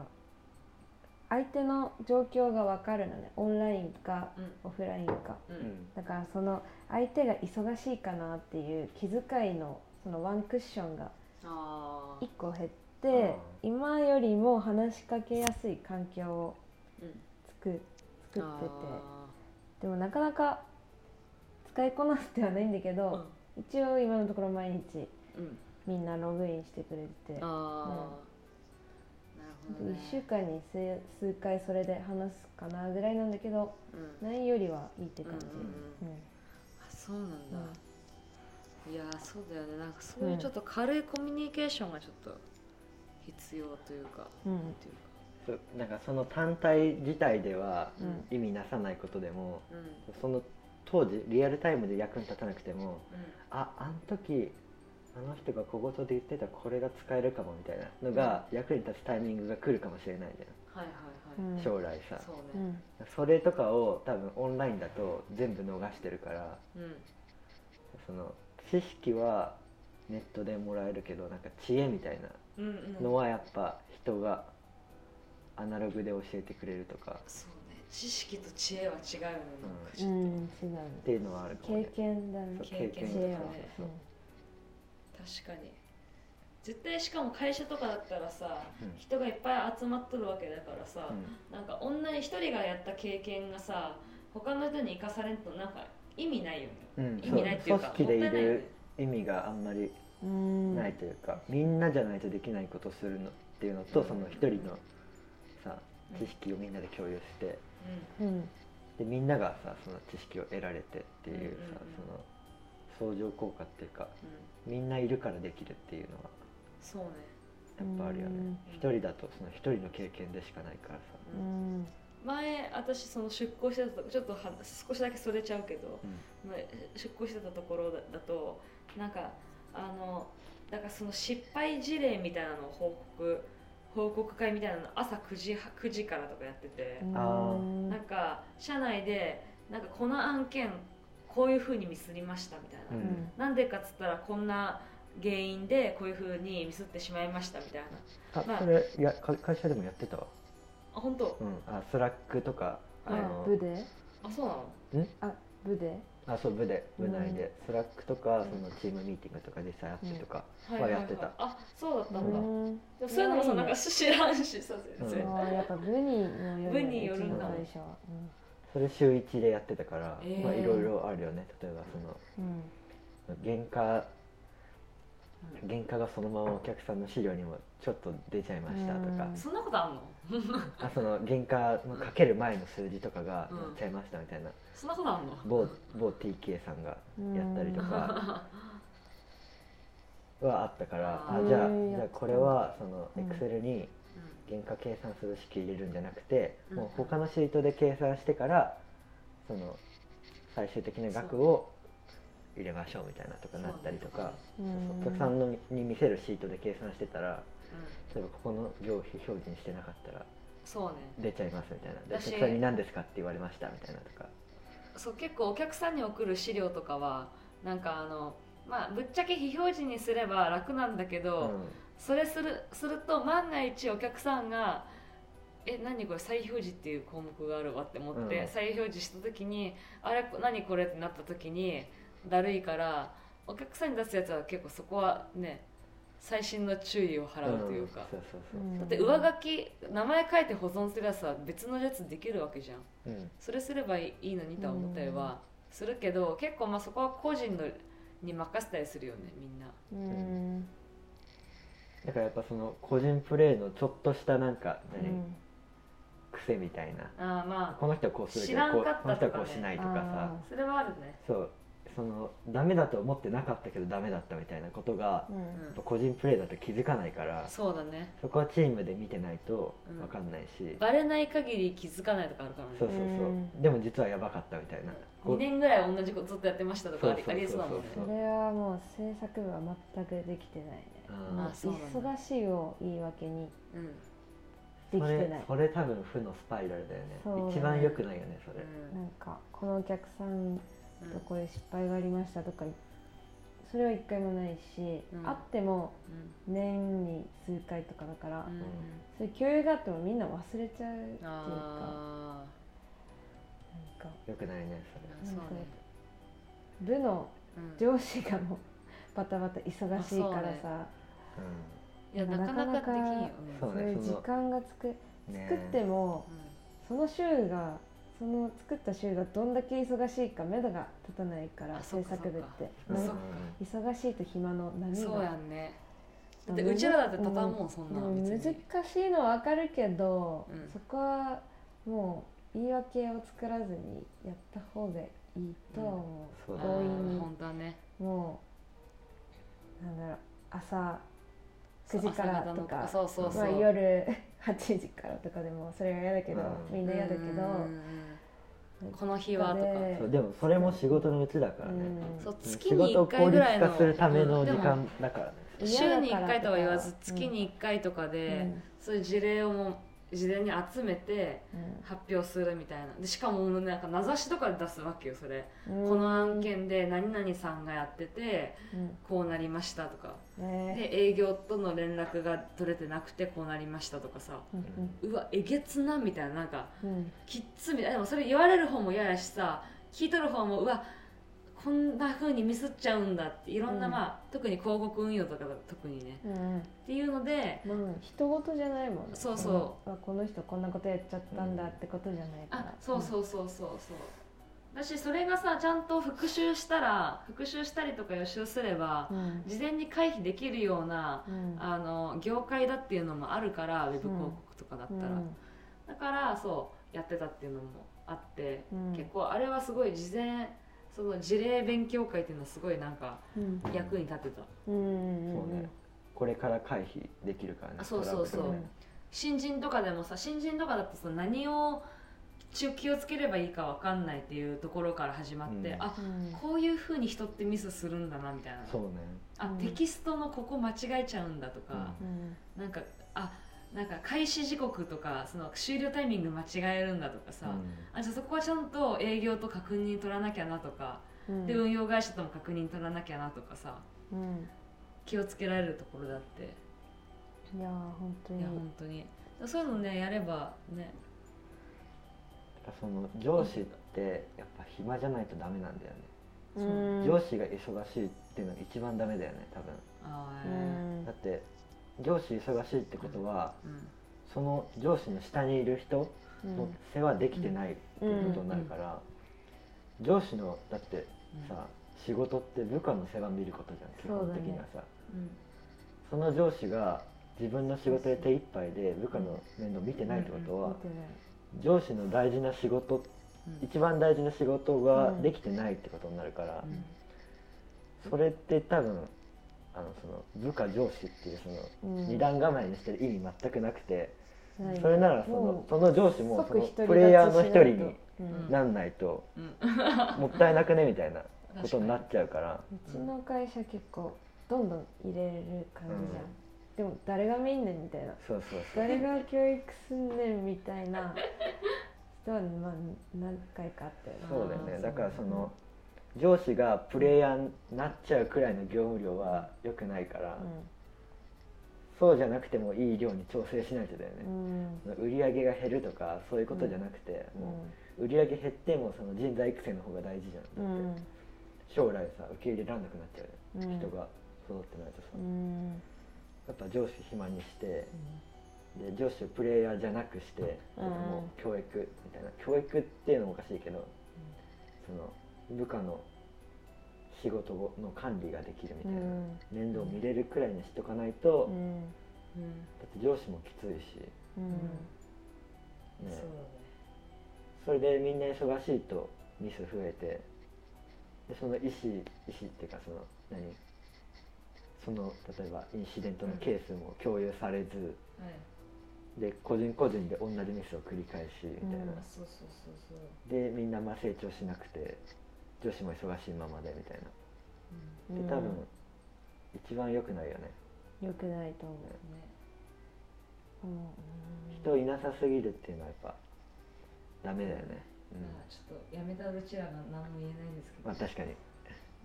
S2: 相手の状況が分かるのねオンラインか
S1: うん
S2: オフラインか
S1: う
S3: うんん
S2: だからその相手が忙しいかなっていう気遣いのそのワンクッションが
S1: ああ
S2: 1個減って今よりも話しかけやすい環境を
S1: うん
S2: 作作ってて
S1: あ
S2: でもなかなか使いこなせてはないんだけ
S1: ー
S2: ど、一応今のところ毎日
S1: うんうん
S2: みんなログインしてくれてて
S1: ああ、なるほど、
S2: 1
S1: ね、
S2: 週間に数数回それで話すかなぐらいなんだけど
S1: うん、
S2: ないよりはいいって感じ、
S1: うんうんうん
S2: うん
S1: あそうなんだ、いやーそうだよねなんかそういうちょっと軽いコミュニケーションがちょっと必要というか、
S2: うん
S1: なんていうか
S3: そうなんかその単体自体では
S2: うん
S3: 意味なさないことでも、
S1: うんうん
S3: その当時リアルタイムで役に立たなくてもああの時あの人が小言で言ってたこれが使えるかもみたいなのが役に立つタイミングが来るかもしれないじ
S1: はいはい
S2: うん
S1: はい、
S3: ゃん、将来さ
S1: そう
S2: う
S1: ね
S2: ん
S3: それとかを多分オンラインだと全部逃してるから
S1: うん、
S3: その知識はネットでもらえるけどなんか知恵みたいな
S1: うん、うん
S3: のはやっぱ人がアナログで教えてくれるとか
S1: そうね知識と知恵は違うよねなんかちょっと、
S2: うん違うね
S3: っていうのはあるかも
S2: 経
S3: ね
S2: 験だね
S3: そう
S1: 経験
S3: 経験
S2: 知恵は
S3: そうそうそう
S1: 確かに絶対しかも会社とかだったらさ
S3: うん
S1: 人がいっぱい集まっとるわけだからさ、
S3: うん
S1: なんか女に一人がやった経験がさ他の人に生かされんとなんか意味ないよね
S3: うん、
S1: 意味ないっていうか
S3: そう組織で
S1: も
S3: い
S1: ったいないよ
S3: る
S1: ね
S3: 意味があんまり
S2: うん
S3: ないというか、みんなじゃないとできないことするのっていうのと、
S1: うん
S3: その一人のさ
S1: うん
S3: 知識をみんなで共有して
S1: う
S2: うん
S3: でみんながさその知識を得られてっていうさ、
S1: うんうん
S3: その相乗効果っていうか
S1: ん、うん、
S3: みんないるからできるっていうのは
S1: そうね
S3: やっぱあるよね
S1: うん
S3: 一、人だとその一人の経験でしかないからさ、
S2: うん
S1: 前私その出向してたとちょっとは少しだけそれちゃうけど
S3: うん
S1: まあ出向してたところだだとなんかあのだからその失敗事例みたいなのを報告報告会みたいなの朝9時は9時からとかやってて、
S2: うん
S3: あ
S1: なんか社内でなんかこの案件こういうふうにミスりましたみたいな、
S3: うん
S1: なんでかっつったらこんな原因でこういうふうにミスってしまいましたみたいな
S3: あ
S1: まあ
S3: それいやか会社でもやってたわ、
S1: あ本当
S3: うん、あスラックとかあ
S2: あ
S3: の
S2: 部で
S1: あそうなの
S2: あ部で
S3: あそう部で部内
S2: う
S3: でスラックと
S1: う
S3: か
S1: ん
S3: そのチームミーティングとか実際あってとか、
S1: はい
S3: はやってた
S1: あそうだったんだ、でも
S2: うん
S1: そういうのも
S2: う
S1: さ
S2: ん
S1: なんか知らんしさ全
S2: そう
S1: 然、
S2: やっぱ部にのよる
S1: 部によるんだ
S2: うちの会社は
S3: それ週1でやってたから、
S1: えー
S3: まあいろいろあるよね例えばその
S2: うんうん
S3: 原価原価がそのままお客さんの資料にもちょっと出ちゃいましたとか、
S2: うん
S1: そんなことあんの <laughs>
S3: あその原価のかける前の数字とかが
S1: うん
S3: 載っちゃいましたみたいな、
S1: そんなことあんの
S3: 某某 TK さんがやっ
S1: <laughs>
S3: たりとかはあったから、
S1: う
S3: あ
S1: ん
S3: じゃ
S2: う
S3: あ
S2: ん
S3: じゃあこれはその
S2: うん
S3: Excel に
S1: う
S3: 原価計算数式入れるんじゃなくて、
S1: うん
S3: もう他のシートで計算してからその最終的な額を入れましょうみたいなとかなったりとか。
S2: うん
S3: そうそうお客さんのに見せるシートで計算してたら例えばここの行費表示にしてなかったら
S1: そうね
S3: 出ちゃいますみたいなでお
S1: 私
S3: 客さんに何ですかって言われましたみたいなとか
S1: そう結構お客さんに送る資料とかはなんかあのまあぶっちゃけ非表示にすれば楽なんだけど、
S3: う
S1: それするすると万が一お客さんが「え何これ再表示っていう項目があるわ」って思って、
S3: うん
S1: 再表示した時に「あれこ何これ?」ってなった時にだるいからお客さんに出すやつは結構そこはね最新の注意を払
S3: ん
S1: うというか、
S3: そうそうそう
S1: だって上書き名前書いて保存するやつは別のやつできるわけじゃん
S3: うん
S1: それすればいいのにとは思ったりはするけど、結構まあそこは個人のに任せたりするよねみんな。
S2: うん
S3: だからやっぱその個人プレーのちょっとしたなんか
S2: う
S3: 何
S2: ん
S3: 癖みたいな
S1: あーまあ
S3: この人はこうするけど
S1: 知らん
S3: こう
S1: かった
S3: この人は
S1: とか
S3: こ
S1: ね
S3: うしないとかさ
S2: あ
S1: それはあるね。
S3: そうそのダメだと思ってなかったけどダメだったみたいなことが
S2: う
S1: うんん
S3: やっぱ個人プレーだと気づかないから
S1: そうだね
S3: そこはチームで見てないと分かんないし、
S1: バレない限り気づかないとかあるからね
S3: そうそうそう、
S2: うん
S3: でも実はやばかったみたいな、こ
S1: 2
S3: う
S1: 年ぐらい同じことずっとやってましたとかあり
S3: そうそうそうそう
S1: ありえそうだもんね
S2: それはもう制作部は全くできてないね
S3: あー
S2: もう
S1: あそうなん
S2: 忙しいを言い訳に
S1: うん、
S2: で
S3: そ
S2: きてな
S3: れ
S2: い
S3: それ多分負のスパイラルだよね
S2: そうだね
S3: 一番良くないよねそれ、
S2: なんかこのお客さん
S1: うん
S2: とこういう失敗がありましたとかそれは一回もないし、
S1: うん
S2: あっても
S1: うん
S2: 年に数回とかだから、
S1: うん
S2: そういう共有があってもみんな忘れちゃうっていうかなん
S1: あ
S2: か
S3: 良くないねそれ
S1: あそうね
S2: 部の
S1: うん
S2: 上司がもうバタバタ忙しいからさ
S1: いやなかなかできんよ、うん
S3: そ
S2: そうう,、
S3: ね
S2: いう時
S3: その
S2: 間がつく
S3: うんね
S2: 作っても
S1: うん
S2: その週がその作った週がどんだけ忙しいか目処が立たないから
S1: あそ
S2: 制
S1: っか
S2: 作部っ
S1: そ
S2: て、
S3: うん
S1: そ
S2: な
S1: っ
S2: んか
S1: か
S2: 忙しいと暇の波
S1: そうや
S2: が
S1: んねだってうちらだって畳むもんそんな
S2: もう
S1: 別
S2: 難
S1: に
S2: しいのは分かるけど、
S1: うん
S2: そこはもう言い訳を作らずにやった方がいいとは思う、
S3: うん
S1: あ
S3: そ
S1: ー
S3: う強
S2: 強引に
S1: 本当はね
S2: もうなんだろう朝
S1: そう
S2: 9時から
S1: 朝方
S2: と
S1: の
S2: か
S1: そうそうそう、
S2: まあ、夜8時からとかでもそれは嫌だけど、
S3: うん
S2: みんな嫌だけど、
S1: うんこの日はとか
S2: で
S3: そうでもそれも仕事のうちだか
S2: う
S3: らね、
S2: ん
S1: そう月
S3: 仕
S1: に
S3: 事を
S1: 1
S3: 効
S1: 回ぐ
S3: 率
S1: らいの
S3: 化するための
S1: うんで
S3: 時
S1: も
S3: 間だからね、
S1: 週に1回とは言わ
S2: う
S1: ず
S2: ん
S1: 月に1回とか
S2: う
S1: で、
S2: ん
S1: そういう事例をもう事前に集めて発表するみたいなでしかもなんか名指しとかで出すわけよそれ、
S2: うん
S1: この案件で何々さんがやってて
S2: うん
S1: こうなりましたとか
S2: ね
S1: で営業との連絡が取れてなくてこうなりましたとかさ
S2: うん
S1: うわえげつなみたいななんか
S2: うんうん
S1: きっつみたいなでもそれ言われる方も嫌やしさ聞いとる方もうわこんな風にミスっちゃうんだっていろんな、
S2: うん
S1: まあ特に広告運用とかだと特にね
S2: うん
S1: っていうので
S2: まあ人事じゃないもんね、
S1: そうそう
S2: んあこの人こんなことやっちゃったんだってことじゃないから、
S1: あそうそうそうそうそうだしそれがさちゃんと復習したら復習したりとか予習すれば
S2: うん、うん
S1: 事前に回避できるような
S2: うん
S1: あの業界だっていうのもあるからウェブ広告とかだったら、だからそうやってたっていうのもあって、
S2: うん
S1: 結構あれはすごい事前その事例勉強会っていうのはすごいなんか
S2: うん
S1: 役に立ってた
S2: うん
S3: そうねこれから回避できるからね
S1: あそうそうそう
S3: トラブルね
S1: 新人とかでもさ新人とかだとその何を一応気をつければいいかわかんないっていうところから始まって、
S3: うん
S1: あ
S2: うん
S1: こういうふうに人ってミスするんだなみたいな
S3: そうね
S1: あ
S2: うん
S1: テキストのここ間違えちゃうんだとか、
S2: うん
S1: なんかあなんか開始時刻とかその終了タイミング間違えるんだとかさ、
S3: うん
S1: あじゃあそこはちゃんと営業と確認取らなきゃなとか、
S2: うん
S1: で運用会社とも確認取らなきゃなとかさ
S2: うん
S1: 気をつけられるところだって
S2: いやー本当
S1: い
S2: に
S1: や本当にそういうのねやればね
S3: だからその上司ってやっぱ暇じゃないとダメなんだよね、
S1: そう
S3: 上司が忙しいっていうのが一番ダメだよね多分
S1: あ
S2: う
S1: ーうん
S2: ん
S3: だって上司忙しいってことは、
S1: うん
S3: その上司の下にいる人
S2: うん
S3: の世話できてないっていうことになるから、上司のだってさ、仕事って部下の世話見ることじゃん基本的にはさ
S1: うん
S3: そ,、の上司が自分の仕事で手一杯で部下の面倒見てないってことは、
S2: 見てない
S3: 上司の大事な仕事
S1: うん
S3: 一番大事な仕事ができてないってことになるから、
S1: うん
S3: それって多分あのその部下上司っていうその
S2: うん
S3: 二段構えにしてる意味全くなくて、
S2: ない
S3: それならその
S2: も
S3: その上司
S2: う
S3: もそ
S2: 即独り立ちしない
S3: のプ
S2: と
S3: レイヤーの一人に
S2: うん
S3: なんないと
S1: うん
S3: もったいなくねみたいな
S1: うん
S3: ことになっちゃうから
S2: うちの会社結構どんどん入れる感じじゃん、でも誰が見んねんみたいな
S3: そうそうそう
S2: 誰が教育すんねんみたいな人は、まあ、何回かあったよね
S3: そうだよ
S1: あ
S3: ね
S1: ー
S3: だからその上司がプレイヤーになっちゃうくらいの業務量は良くないから、そうじゃなくてもいい量に調整しないとだよね、
S2: うん
S3: その売り上げが減るとかそういうことじゃなくて、
S2: うん
S3: もう売り上げ減ってもその人材育成の方が大事じゃ、
S2: うん
S3: だっ
S2: ん
S3: て将来さ受け入れられなくなっちゃうよね、
S2: うん
S3: 人が育ってないとさ、
S2: う
S3: やっ
S2: ん
S3: ぱ上司暇にして、で上司をプレイヤーじゃなくして、
S2: うん
S3: なんかもう教育みたいな教育っていうのもおかしいけど、その部下の仕事の管理ができるみた
S2: う
S3: いな、
S2: ん
S3: 面倒を見れるくらいにしとかないと、
S2: う
S1: う
S3: だ
S2: ん
S1: ん
S3: って上司もきついし、
S2: う
S1: そうだ
S3: ね
S1: ね
S3: それでみんな忙しいとミス増えてでその意思意思っていうかその何その例えばインシデントのケースも共有されず、
S1: はい
S3: で個人個人で同じミスを繰り返しみたいな、
S2: うん
S1: あそうそうそうそう
S3: でみんなまあ成長しなくて女子も忙しいままでみたい
S1: うん
S3: なで
S2: ん
S3: 多分、一番良くないよね
S2: 良くないと思
S1: ね
S2: う、うん
S3: 人いなさすぎるっていうのはやっぱダメだよね、うん
S1: まあちょっとやめたうちらが何も言えないんですけど
S3: まあ確かに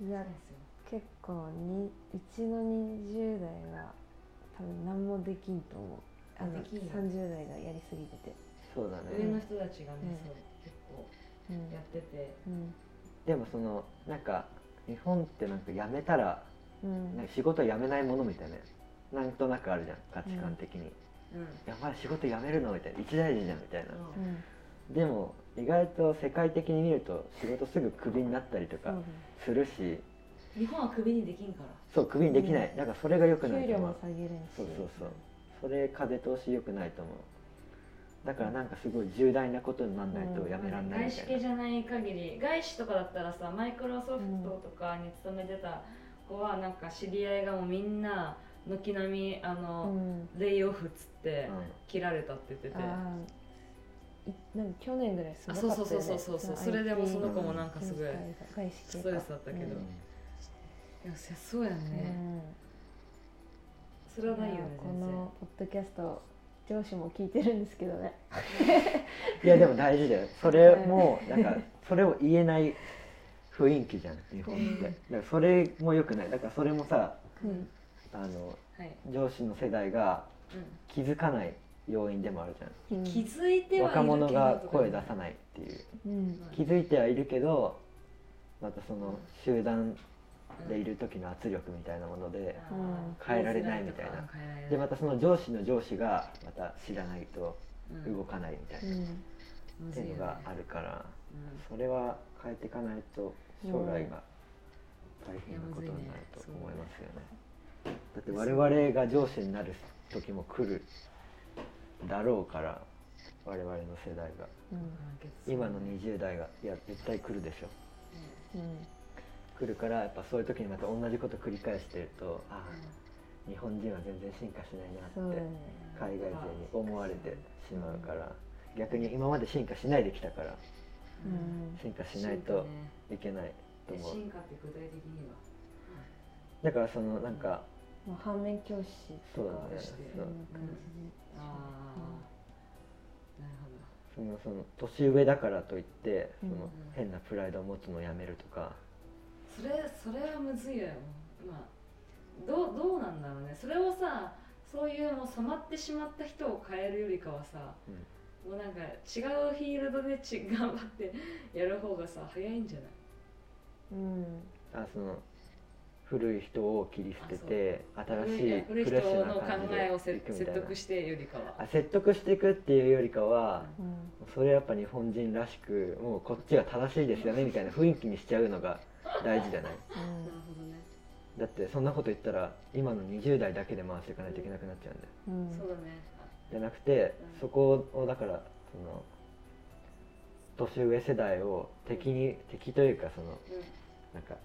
S2: いや
S1: そうですよ
S2: 結構にうちの20代は多分何もできんと思うあの
S1: できんよ
S2: 30代がやりすぎてて
S3: そうだ
S1: 上
S3: ね
S1: の人たちがね、
S2: うん
S1: そう結構
S2: うん
S1: やってて、
S3: でもそのなんか日本ってなんか辞めたら
S2: うん
S3: なんか仕事辞めないものみたいななんとなくあるじゃん価値観的に、い
S1: うん
S3: やまだ仕事辞めるのみたいな一大事じゃんみたいな、
S2: うん
S3: でも意外と世界的に見ると仕事すぐクビになったりと
S2: そう
S3: かするし、
S1: 日本はクビにできんから
S3: そうクビにできない、なんかそれが良く
S2: だ
S3: な
S2: ね
S3: い
S2: 給
S3: と
S2: 料
S3: 思
S2: も
S3: う
S2: 下げれんし
S3: そうそうそうそれ風通し良くないと思うだからなんかすごい重大なことにならないとやめらんな
S1: 外
S3: いみ
S1: 資
S3: たい
S1: 系
S3: な、
S1: じゃない限り外資とかだったらさマイクロソフトとかに勤めてた子はなんか知り合いがもうみんな軒並みあ
S2: う
S1: の、
S2: ん
S1: レイオフっつって
S3: うん
S1: 切られたって言ってて、
S2: あーいなんか去年ぐらいす
S1: あ
S2: ご
S1: そう
S2: か
S1: そう
S2: った
S1: そ
S2: よ
S1: う
S2: ね
S1: そうそうそうそれでもその子もなんかすごい
S2: 外資系
S1: ストレスだったけど、
S2: うん
S1: いやそりゃそうやね、それはないよね
S2: このポッドキャスト上司も聞いてるんですけどね
S3: いやでも大事だよそれもなんかそれを言えない雰囲気じゃん日本ってだからそれも良くないだからそれもさ
S1: 全然、
S3: あの
S1: うんはい、
S3: 上司の世代が
S1: う
S3: 気づかない要因でもあるじ
S1: ん、気づいてはいるけ
S3: ゃん
S1: ど
S3: 若者が声出
S1: とか
S3: さないっていう
S2: うん
S3: 気づいてはいるけどまたその集団でい
S1: る、
S3: る時の圧力みたいなもので
S2: うん
S3: 変えられないみたいな
S1: 変えられない
S3: でまたその上司の上司がまた知らないと
S1: うん
S3: 動かないみたいな
S2: うん
S1: む
S3: っ
S1: ず
S3: て
S1: い
S3: いう
S1: よ
S3: の
S1: ね
S3: があるから
S1: うん
S3: それは変えていかないと将来が大変なことになると思いますよねだって我々が上司になる時も来るだろうから我々の世代が
S2: うん
S3: 今の20代がいや絶対来るでしょ
S2: うん
S3: 来るからやっぱそういう時にまた同じこと繰り返してるとあ
S1: うん
S3: あ日本人は全然進化しな
S2: そ
S3: いうなって
S2: だね
S3: 海外勢に思われてしまうから逆に今まで進化しないできたから
S2: う
S1: うん
S2: ん
S3: 進化しないといけないと
S1: 進化ね
S3: 思う
S1: 進化って具体的には
S3: だからそのなんか
S2: まあ反面教師
S3: そ
S2: と
S3: う
S2: か
S3: だね
S2: そういう感
S1: ああなる
S3: そのその年上だからといってそ
S2: うんう
S3: の
S2: ん
S3: 変なプライドを持つのをやめるとか
S1: ほどそれそれはむずいよ今どうどうなんだろうねそれをさそういうもう染まってしまった人を変えるよりかはさ、もうなんか違うフィールドでち頑張って <laughs> やる方がさ早いんじゃない
S2: うん
S3: あその古い人を切り捨てて新しいフ
S1: 古
S3: レ
S1: い
S3: ッシ
S1: 人
S3: ュな
S1: の考
S3: 感じ
S1: えを
S3: で
S1: せ
S3: いくみ
S1: 説
S3: たいな
S1: 得してよりかは
S3: あ説得していくっていうよりかは、
S2: うん
S3: それやっぱ日本人らしくもうこっちが正しいですよねみたいな雰囲気にしちゃうのが大事じゃない
S1: なるほどね、
S3: だってそんなこと言ったら今の20代だけで回していかないといけなくなっちゃうんだよ
S2: うん
S1: そうだね
S3: じゃなくてそこをだからその年上世代を敵に敵というかそのなんか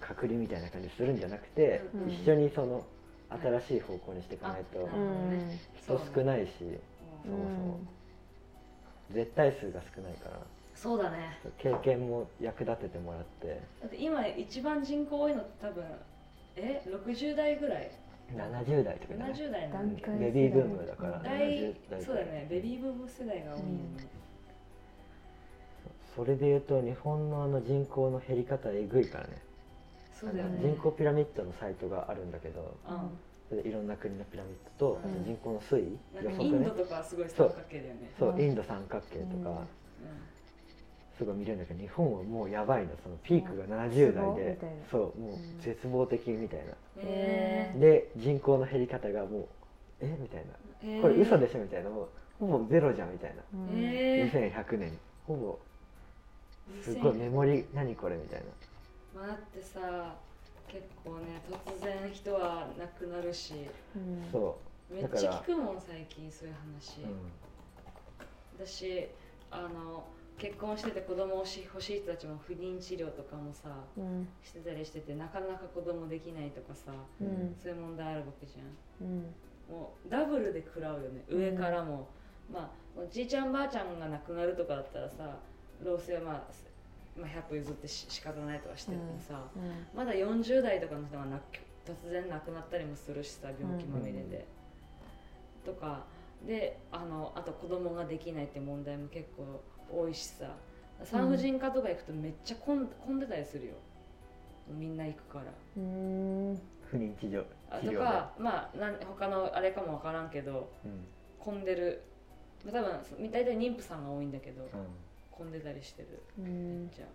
S3: 隔離みたいな感じするんじゃなくて、
S1: うん
S2: うん
S3: 一緒にその新しい方向にしていかないと、
S1: あなるほど
S2: うん
S3: 人少
S1: い
S3: ないし
S1: う
S3: そ
S1: ん
S3: もそも絶対数が少ないから
S1: そうだね
S3: 経験も役立ててもらって
S1: だって今一番人口多いのって多分え60代ぐらい
S3: 70代とかね
S1: 70代な
S2: 段
S1: の
S2: 階
S3: ベビーブームだから
S1: 大
S3: 70代
S1: そうだよねベビーブーム世代が多いよね、
S3: それでいうと日本のあの人口の減り方えぐいからね
S1: そうだよ
S3: あ
S1: ね
S3: の人口ピラミッドのサイトがあるんだけど
S1: うん
S3: それでいろんな国のピラミッドとあと
S2: うん
S3: 人口の推移、
S1: なんか
S3: 予測
S1: イン
S3: ね
S1: ドとかはすごい三角形だよね
S3: そう
S2: うん
S3: インド三角形とか、
S2: うん
S3: すごい見れるんだけど日本はもうやばいのそのピークが70代
S2: うん
S3: で
S2: みたいな
S3: そうもううん絶望的みたいな、
S1: へ
S3: で人口の減り方がもうえみたいな
S1: え
S3: これ嘘でしょみたいなもうほぼゼロじゃんみたいな、
S2: うん
S1: ええ
S3: 2100年ほぼ
S1: ー、
S3: すごいメモリ何これみたいな
S1: まあだってさ結構ね突然人は亡くなるし
S2: うん
S3: そ
S1: めっ
S3: だ
S1: ち
S3: か
S1: ゃ
S3: ら
S1: 聞くもん最近そういう話
S3: う、、うん
S1: 私あの結婚してて子供をし欲しい人たちも不妊治療とかもさ
S2: うん
S1: してたりしててなかなか子供できないとかさ
S2: うん
S1: そういう問題あるわけじゃん
S2: うん
S1: もうダブルで食らうよね上からも、まあおじいちゃんばあちゃんが亡くなるとかだったらさ老衰はまあ、まあ、100譲ってし仕方ないとはしてもさ、
S2: うん
S1: まだ40代とかの人がなく突然亡くなったりもするしさ病気まみれで、とかであのあと子供ができないって問題も結構多いしさ産婦人科とか行くとめっちゃ混ん混んでたりするよみんな行くから。
S2: うん
S3: 不妊治療
S1: あ
S3: 治
S1: と
S3: 療
S1: か、まあなん他のあれかもわからんけど
S3: で
S1: 混んでるまあ多分大体妊婦さんが多いんだけど
S3: うん、うん、
S1: 混んでたりしてる
S2: う
S1: めっ
S2: ん
S1: ちゃ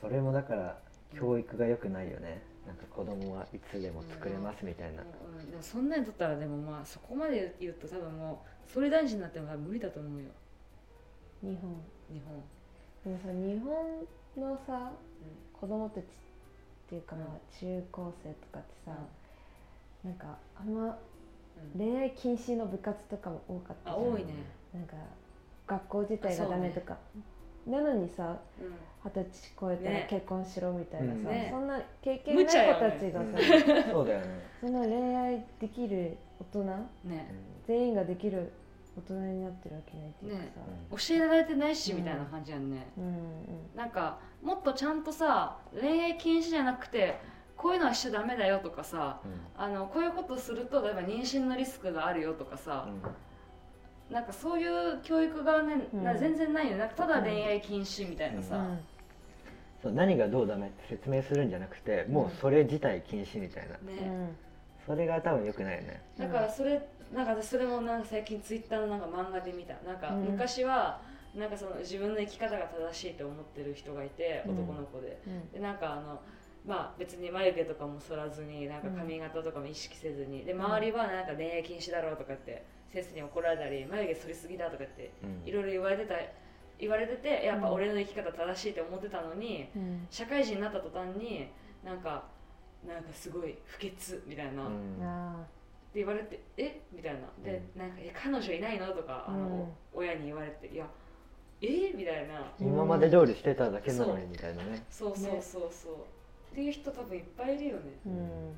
S3: それもだから教育が良くないよねなんか子供はいつでも作れますみたいな、
S1: うんうんでもそんなにとったらでもまあそこまで言うと多分もう総理大臣になっても多分無理だと思うよ
S2: 日本
S1: 日本
S2: でもさ日本のさ子供たちっていうかまあ中高生とかってさなんかあんま
S1: うん
S2: 恋愛禁止の部活とかも多かった
S1: あ
S2: じゃん
S1: 多いね
S2: なんか学校自体がダメとか、なのにさ二十歳超えたら
S1: ね
S2: 結婚しろみたいなさ、
S1: ね
S2: そんな経験ない
S1: 無
S2: 子
S1: 茶よね
S2: たちがさ、
S3: うんそうだよね、
S2: その恋愛できる大人
S1: うん
S3: う
S1: ね
S3: ん
S2: 全員ができる大人になってるわけないっていうかさ、
S1: 教えられてないしみたいな感じやんね
S2: うんうん
S1: なんかもっとちゃんとさ恋愛禁止じゃなくてこういうのはしちゃダメだよとかさ
S3: うん
S1: あのこういうことすると例えば妊娠のリスクがあるよとかさ、なんかそういう教育がね、
S2: うん
S1: な全然ないよなんかただ恋愛禁止みたいな
S2: う
S1: さ、
S2: ん
S3: そう何がどうダメって説明するんじゃなくてもうそれ自体禁止みたいな
S1: ね、
S2: うん
S3: それが多分良くないよね
S1: だからそれなんかそれもなんか最近ツイッターのなんか漫画で見たなんか
S2: うん
S1: 昔はなんかその自分の生き方が正しいと思ってる人がいて
S2: うん
S1: 男の子で
S2: うん
S1: でなんかあのまあ別に眉毛とかも剃らずになんか髪型とかも意識せずにで周りはなんか恋愛禁止だろうとかって先生に怒られたり眉毛剃りすぎだとかっていろいろ言われてた言われててやっぱ俺の生き方正しいと思ってたのに
S2: うん
S1: 社会人になった途端になんかなんかすごい不潔みたいな。
S3: うん
S2: あ
S1: って言われて「えみたいなで、なんかえ「彼女いないの?」とかあの、
S2: うん
S1: 親に言われて「いやえみたいな
S3: 今まで通りしてただけなのにみたいなね
S1: そうそうそうそう、っていう人多分いっぱいいるよね
S2: ーうん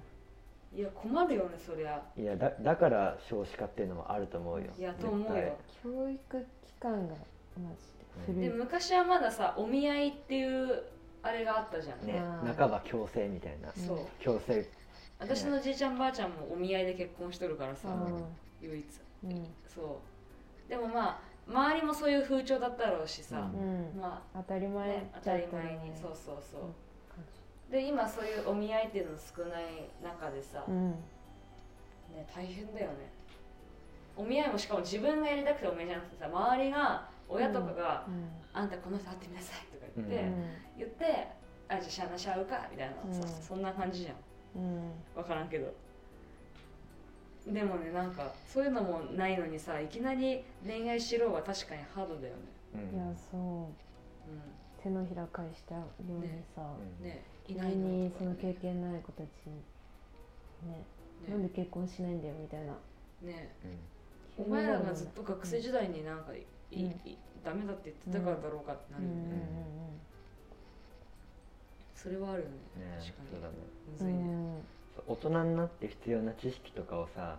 S1: いや困るよねそりゃ
S3: いやだだから少子化っていうのもあると思うよ
S1: いやと思うよ
S2: 教育機関がマジで古い
S1: で、昔はまださお見合いっていうあれがあったじゃん
S3: 絶対ね
S2: うん
S3: 半ば強制みたいな
S1: そう、
S2: うん
S3: 強制
S1: 私のじいちゃんばあちゃんもお見合いで結婚しとるからさ、
S2: う
S1: 唯一
S2: ん
S1: そうでもまあ周りもそういう風潮だったろうしさ
S2: う、んうん
S1: ま
S2: 当たり
S1: あ、
S2: 前
S1: ね、当たり前にそううそうそう、で今そういうお見合いっていうの少ない中でさ、
S2: うん
S1: ね、大変だよねお見合いもしかも自分がやりたくてお見合いじゃなくてさ周りが親とかが「あんたこの人会ってみなさい」とか言って、
S3: う
S2: うんん
S1: 言って「あじゃあしゃあなしゃうか」みたいな、
S2: うん
S1: そそんな感じじゃん
S2: うん
S1: 分からんけどでもねなんかそういうのもないのにさいきなり恋愛しろは確かにハードだよね
S2: いやそう手のひら返したようにさ、
S1: うんねい
S2: 意
S1: ない
S2: 外にその
S1: ね
S2: 経験ない子たちねなんで
S1: ね
S2: 結婚しないんだよみたいな
S1: ね
S3: うん
S1: お前らがずっと学生時代になんかい、い
S2: うん
S1: いダメだって言ってたからだろうかってな
S2: うん
S1: る
S2: う
S1: よ
S2: ん
S1: ね、それはあるよね
S3: ね
S1: 確かに
S3: そうだね
S1: む
S2: う
S1: ずいね
S2: んうん
S3: 大人になって必要な知識とかをさ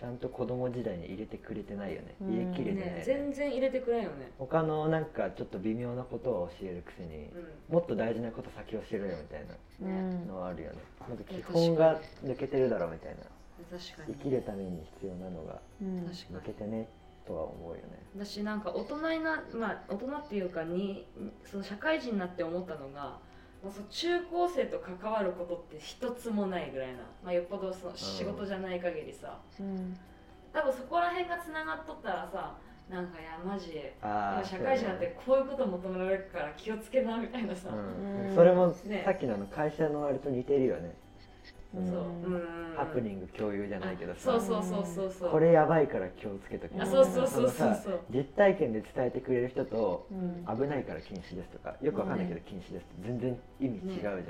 S3: ちゃんと子供時代に入れてくれてないよね
S2: うん
S3: 入れき
S1: う
S3: れ
S1: ん
S3: てないよ
S1: ね
S3: ね
S1: 全然入れてくれんよね
S3: 他のなんかちょっと微妙なことを教えるくせに
S1: う
S3: もっと大事なこと先教えろよみたい
S2: うん
S1: ね、
S2: ん
S3: なのはあるよねなんか基本が抜けてるだろみたいな
S1: 確か
S3: 生
S1: に
S3: きるために必要なのが
S2: うん
S1: 確
S3: 抜
S1: か
S3: け
S1: に
S3: てねとは思うよね
S1: 私なんか大人になまあ大人っていうかにその社会人になって思ったのがもうその中高生と関わることって一つもないぐらいな、まあ、よっぽどその仕事じゃない限りさ、
S2: うん
S1: 多分そこら辺がつながっとったらさなんかいやマジ
S3: ああ
S1: 社会人になってこういうこと求められるから気をつけなみたいなさ、
S3: うん
S2: うん
S3: それも
S1: ね
S3: さっきのあの会社のあれと似てるよね
S2: うん
S1: そううん
S3: ハプニング共有じゃないけど
S1: そう
S3: さ
S1: そうそうそうそう
S3: これやばいから気をつけとけ
S1: あそうそうそうそ
S3: の
S1: う
S3: さ
S1: そう
S3: 実体験で伝えてくれる人と
S2: うん
S3: 危ないから禁止ですとかよくわかんないけど禁止ですって全然意味違うじゃん、
S2: う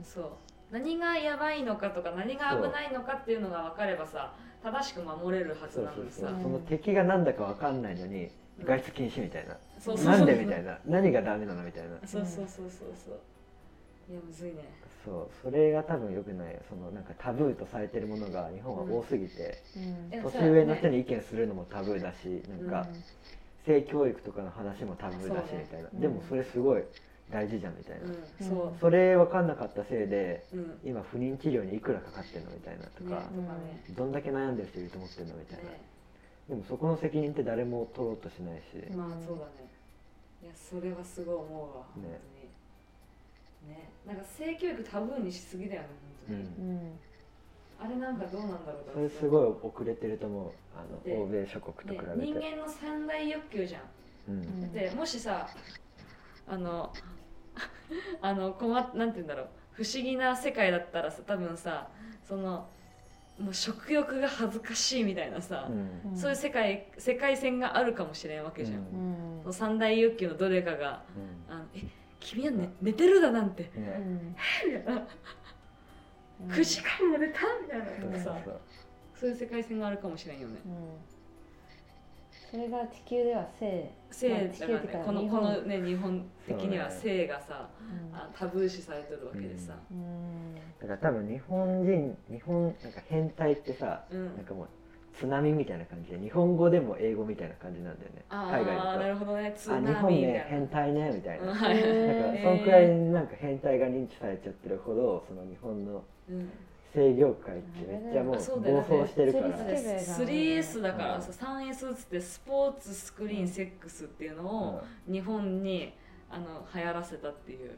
S2: ん
S1: そう何がやばいのかとか何が危ないのかっていうのが分かればさ正しく守れるはず
S3: そう
S1: な
S3: そ
S1: の
S3: う
S1: に
S3: そう
S1: さ
S3: その敵がなんだかわかんないのに外出禁止みたいな、
S1: そうそう
S3: なんでみたいな何がダメなのみたいな
S1: そうそうそうそうそういやむずいね
S3: そうそれが多分よくないそのなんかタブーとされてるものが日本は多すぎて、
S2: うん
S1: でもさ
S3: 年上の人
S1: ね
S3: に意見するのもタブーだしなんか
S2: うん
S3: 性教育とかの話もタブーだし
S1: そうね
S3: みたいな、
S2: うん
S3: でもそれすごい大事じゃんみたいな、
S1: うんそ
S3: それ分かんなかったせいで
S1: ううん
S3: 今不妊治療にいくらかかってんのみたいなと
S1: ね
S3: か、
S1: とかね
S3: どんだけ悩んでる人いると思ってんのみたいな、
S1: ね
S3: でもそこの責任って誰も取ろうとしないし、
S2: うん
S1: まあそうだねいやそれはすごい思うわ本当に
S3: ね
S1: ねなんか性教育タブーにしすぎだよね本当
S3: う
S1: に
S3: ん
S2: うん
S1: あれなんかどうなんだろう
S3: それすご
S1: い
S3: い遅れてると思うあ
S1: で
S3: の欧米諸国と比べて、
S1: 人間の三大欲求じゃん
S3: うん
S2: うん
S1: でもしさあのあの困っなんて言うんだろう不思議な世界だったらさ多分さそのもう食欲が恥ずかしいみたいなさ、
S3: うん
S1: そういう世界世界線があるかもしれんわけじゃん、
S3: うん
S2: うん
S1: その三大欲求のどれかが「
S3: う
S1: あのえ君は寝寝てるだなんて
S3: んね
S2: うん」
S1: みたいな「9時間も寝た」みたいな
S3: そう
S1: とかさ
S3: そうそう
S1: そういう世界線があるかもしれんよね
S2: うんそれが地球では性
S1: 性
S2: まあ
S1: だから
S2: 地球ってい
S1: ね
S2: うか
S1: この
S2: 日
S1: こ
S2: 本
S1: のね日本的には
S3: そうね
S1: 性がさ、
S2: うん
S1: あタブー視されてるわけでさ、
S2: うん
S3: だから多分日本人日本なんか変態ってさ、
S1: うん
S3: なんかもう津波みたいな感じで日本語でも英語みたいな感じなんだよね
S1: あ
S3: 海外
S1: あな
S3: だ
S1: るほどね津
S3: とあ
S1: 波
S3: 日本
S1: みた
S3: ね
S1: い
S3: 変態ねみたい
S1: なうん
S3: な、
S1: はい
S3: なんかそのくらいなんか変態が認知されちゃってるほどその日本の
S1: うん
S3: 性業界ってめっちゃも
S1: あそう
S3: う
S1: だよね
S3: 暴走してるから、
S2: スケベだね
S1: 3S だからさ 3S っつってスポーツスクリーンセックスっていうのを日本にあの流行らせたっていう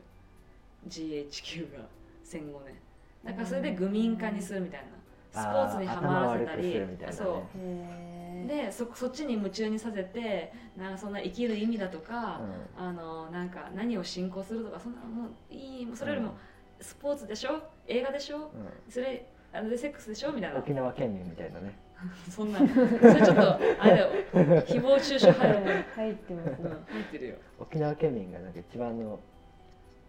S1: GHQ が戦後ねだからそれで愚民化にするみたいなスポーツにはまらせた
S3: あー頭悪くす
S1: り
S3: るみたいなね
S1: そ
S2: へ
S1: う
S2: え
S1: でそそっちに夢中にさせてなんかそんな生きる意味だとか、あのなんか何を信仰するとかそんなもういいもうそれよりも、スポーツでしょ映画でしょ
S3: うんうん
S1: それあれでセックスでしょみたいな
S3: 沖縄県民みたいなね
S1: そんなそれちょっとあれだよ誹謗中傷入るもん、
S2: 入ってます
S1: うん
S2: ね、
S1: 入ってるよ
S3: <laughs> 沖縄県民がなんか一番の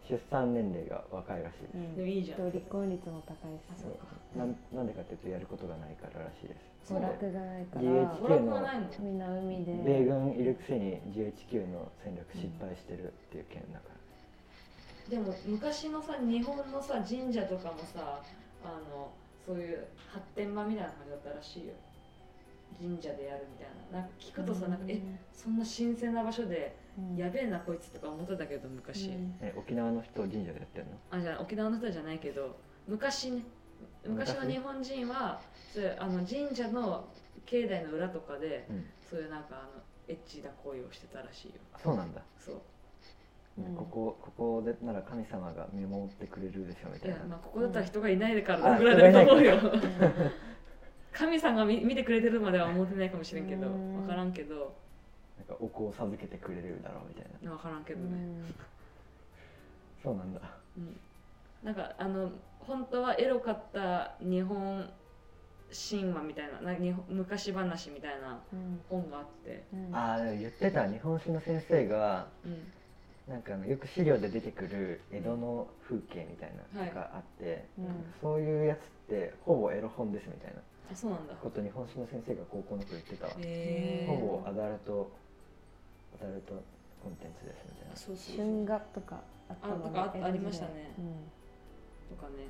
S3: 出産年齢が若いらしいで
S1: でもいいじゃん
S2: と離婚率も高い
S1: あ
S2: し
S1: そっか
S3: すなんなんでかっていうとやることがないかららしいです
S2: 娯楽がないから
S3: GHQ
S1: 娯楽はないの
S2: みんな海で
S3: 米軍いるくせに GHQ の戦略失敗してるっていう県だか
S1: でも昔のさ日本のさ神社とかもさあのそういう発展場みたいな感じだったらしいよ神社でやるみたいななんか聞くとさなんかえそんな神聖な場所で
S2: うん
S1: やべえなこいつとか思ってたけど昔、
S2: うん
S3: ら、ね、沖縄の人を神社でやってるの
S1: あじゃあ沖縄の人じゃないけど昔ね昔の
S3: 昔
S1: 日本人はそういうあの神社の境内の裏とかで、
S3: うん
S1: そういうなんかあのエッチな行為をしてたらしいよ
S3: あそうなんだ
S1: そう
S3: ね
S2: うん
S3: ここここでなら神様が見守ってくれるでしょみた
S1: い
S3: い
S1: や
S3: な、
S1: まあここだったら人がいないから
S3: あ
S1: 送られると思うよ
S2: うん
S1: <laughs> 神さんが見見てくれてるまでは思ってないかもしれんけど
S2: うん
S1: 分からんけど
S3: なんかお子を授けてくれるだろうみたいな
S1: 分からんけ
S2: う
S1: どね、
S2: ん
S3: そうなんだ
S1: うん、なんかあの本当はエロかった日本神話みたいなな日本昔話みたいな
S2: うん
S1: 本があって、
S2: うん
S3: ああでも言ってた日本史の先生が
S1: うん
S3: なんかあのよく資料で出てくる江戸の風景みたいな
S1: はい
S3: のがあって、
S2: うん
S3: そういうやつってほぼエロ本ですみたいな
S1: あそうなんだ
S3: こと日本史の先生が高校の頃言ってたわ、
S1: へえ
S2: ー
S3: ほぼアダルトアダルトコンテンツですみたいな
S1: あそうそうそう
S2: 春画とかあったもん
S1: あとかあ
S2: 江戸時代
S1: ありましたね
S2: うん
S1: とかね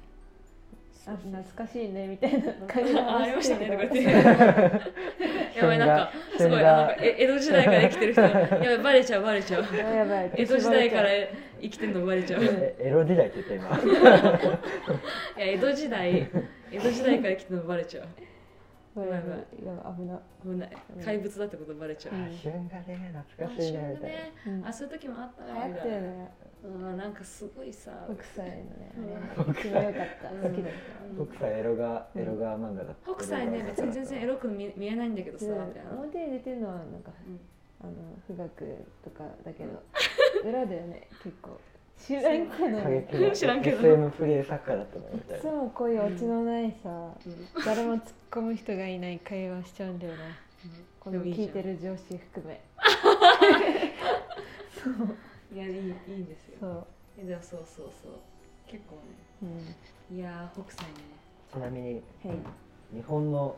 S2: あ懐かしいねみたいな感じの
S1: ああ
S2: 話
S1: りましたねとか言っ
S2: し
S1: て
S2: てる
S1: やばいなん
S3: <laughs>
S1: か
S3: 春画
S1: すごい
S3: 春画
S1: なんかえ江戸時代から生きてる人やばいバレちゃうバレちゃう
S2: けどやばい
S1: 江戸時代から
S2: や
S1: 生きてんのバレちゃういや
S3: えエロ時代って言った今
S1: <laughs> 江戸時代江戸時代から生きてんのバレちゃう
S2: ばいやばいやばい危な
S1: 危ない怪物だってことバレちゃう、
S2: うん
S3: 旬がね
S1: あ
S3: 懐かしいねみたいな
S1: ね
S2: うん
S1: あそういう時もあった
S2: 流
S1: な
S2: 行
S1: み
S2: ったて
S1: い
S2: る
S1: な、
S2: ね
S1: うん、なんかすごいさ
S2: 北斎のね
S1: う
S2: あれ一番良かった
S1: うん
S2: 好きだっ
S1: うん
S3: 北斎エロが
S2: うん
S3: エロが漫画だった
S1: 北斎ね別に全然エロく見見えないんだけど
S2: た
S1: さ
S2: で
S1: みたいな、
S2: 表に出てるのはなんか
S1: うん
S2: あの富岳とかだけ
S1: <laughs>
S2: ど裏だよね結構知らんけど
S3: 過
S2: ね
S3: 激な
S1: 知らんけど
S3: SM プレイ作家だったのみ
S2: い
S3: たい
S2: つ
S3: な
S2: もこういうオチのないさ
S1: うん
S2: 誰も突っ込む人がいない会話しちゃうんだよねこ
S1: で
S2: の
S1: もいいじ
S2: 聞
S1: ゃん
S2: いてる上司含め
S1: いやいいいいんです
S2: そ
S1: よ
S2: う
S1: えでもそうそうそう結構
S2: うん
S1: ねいやー北斎ね
S3: ちなみに
S2: はい
S3: 日本の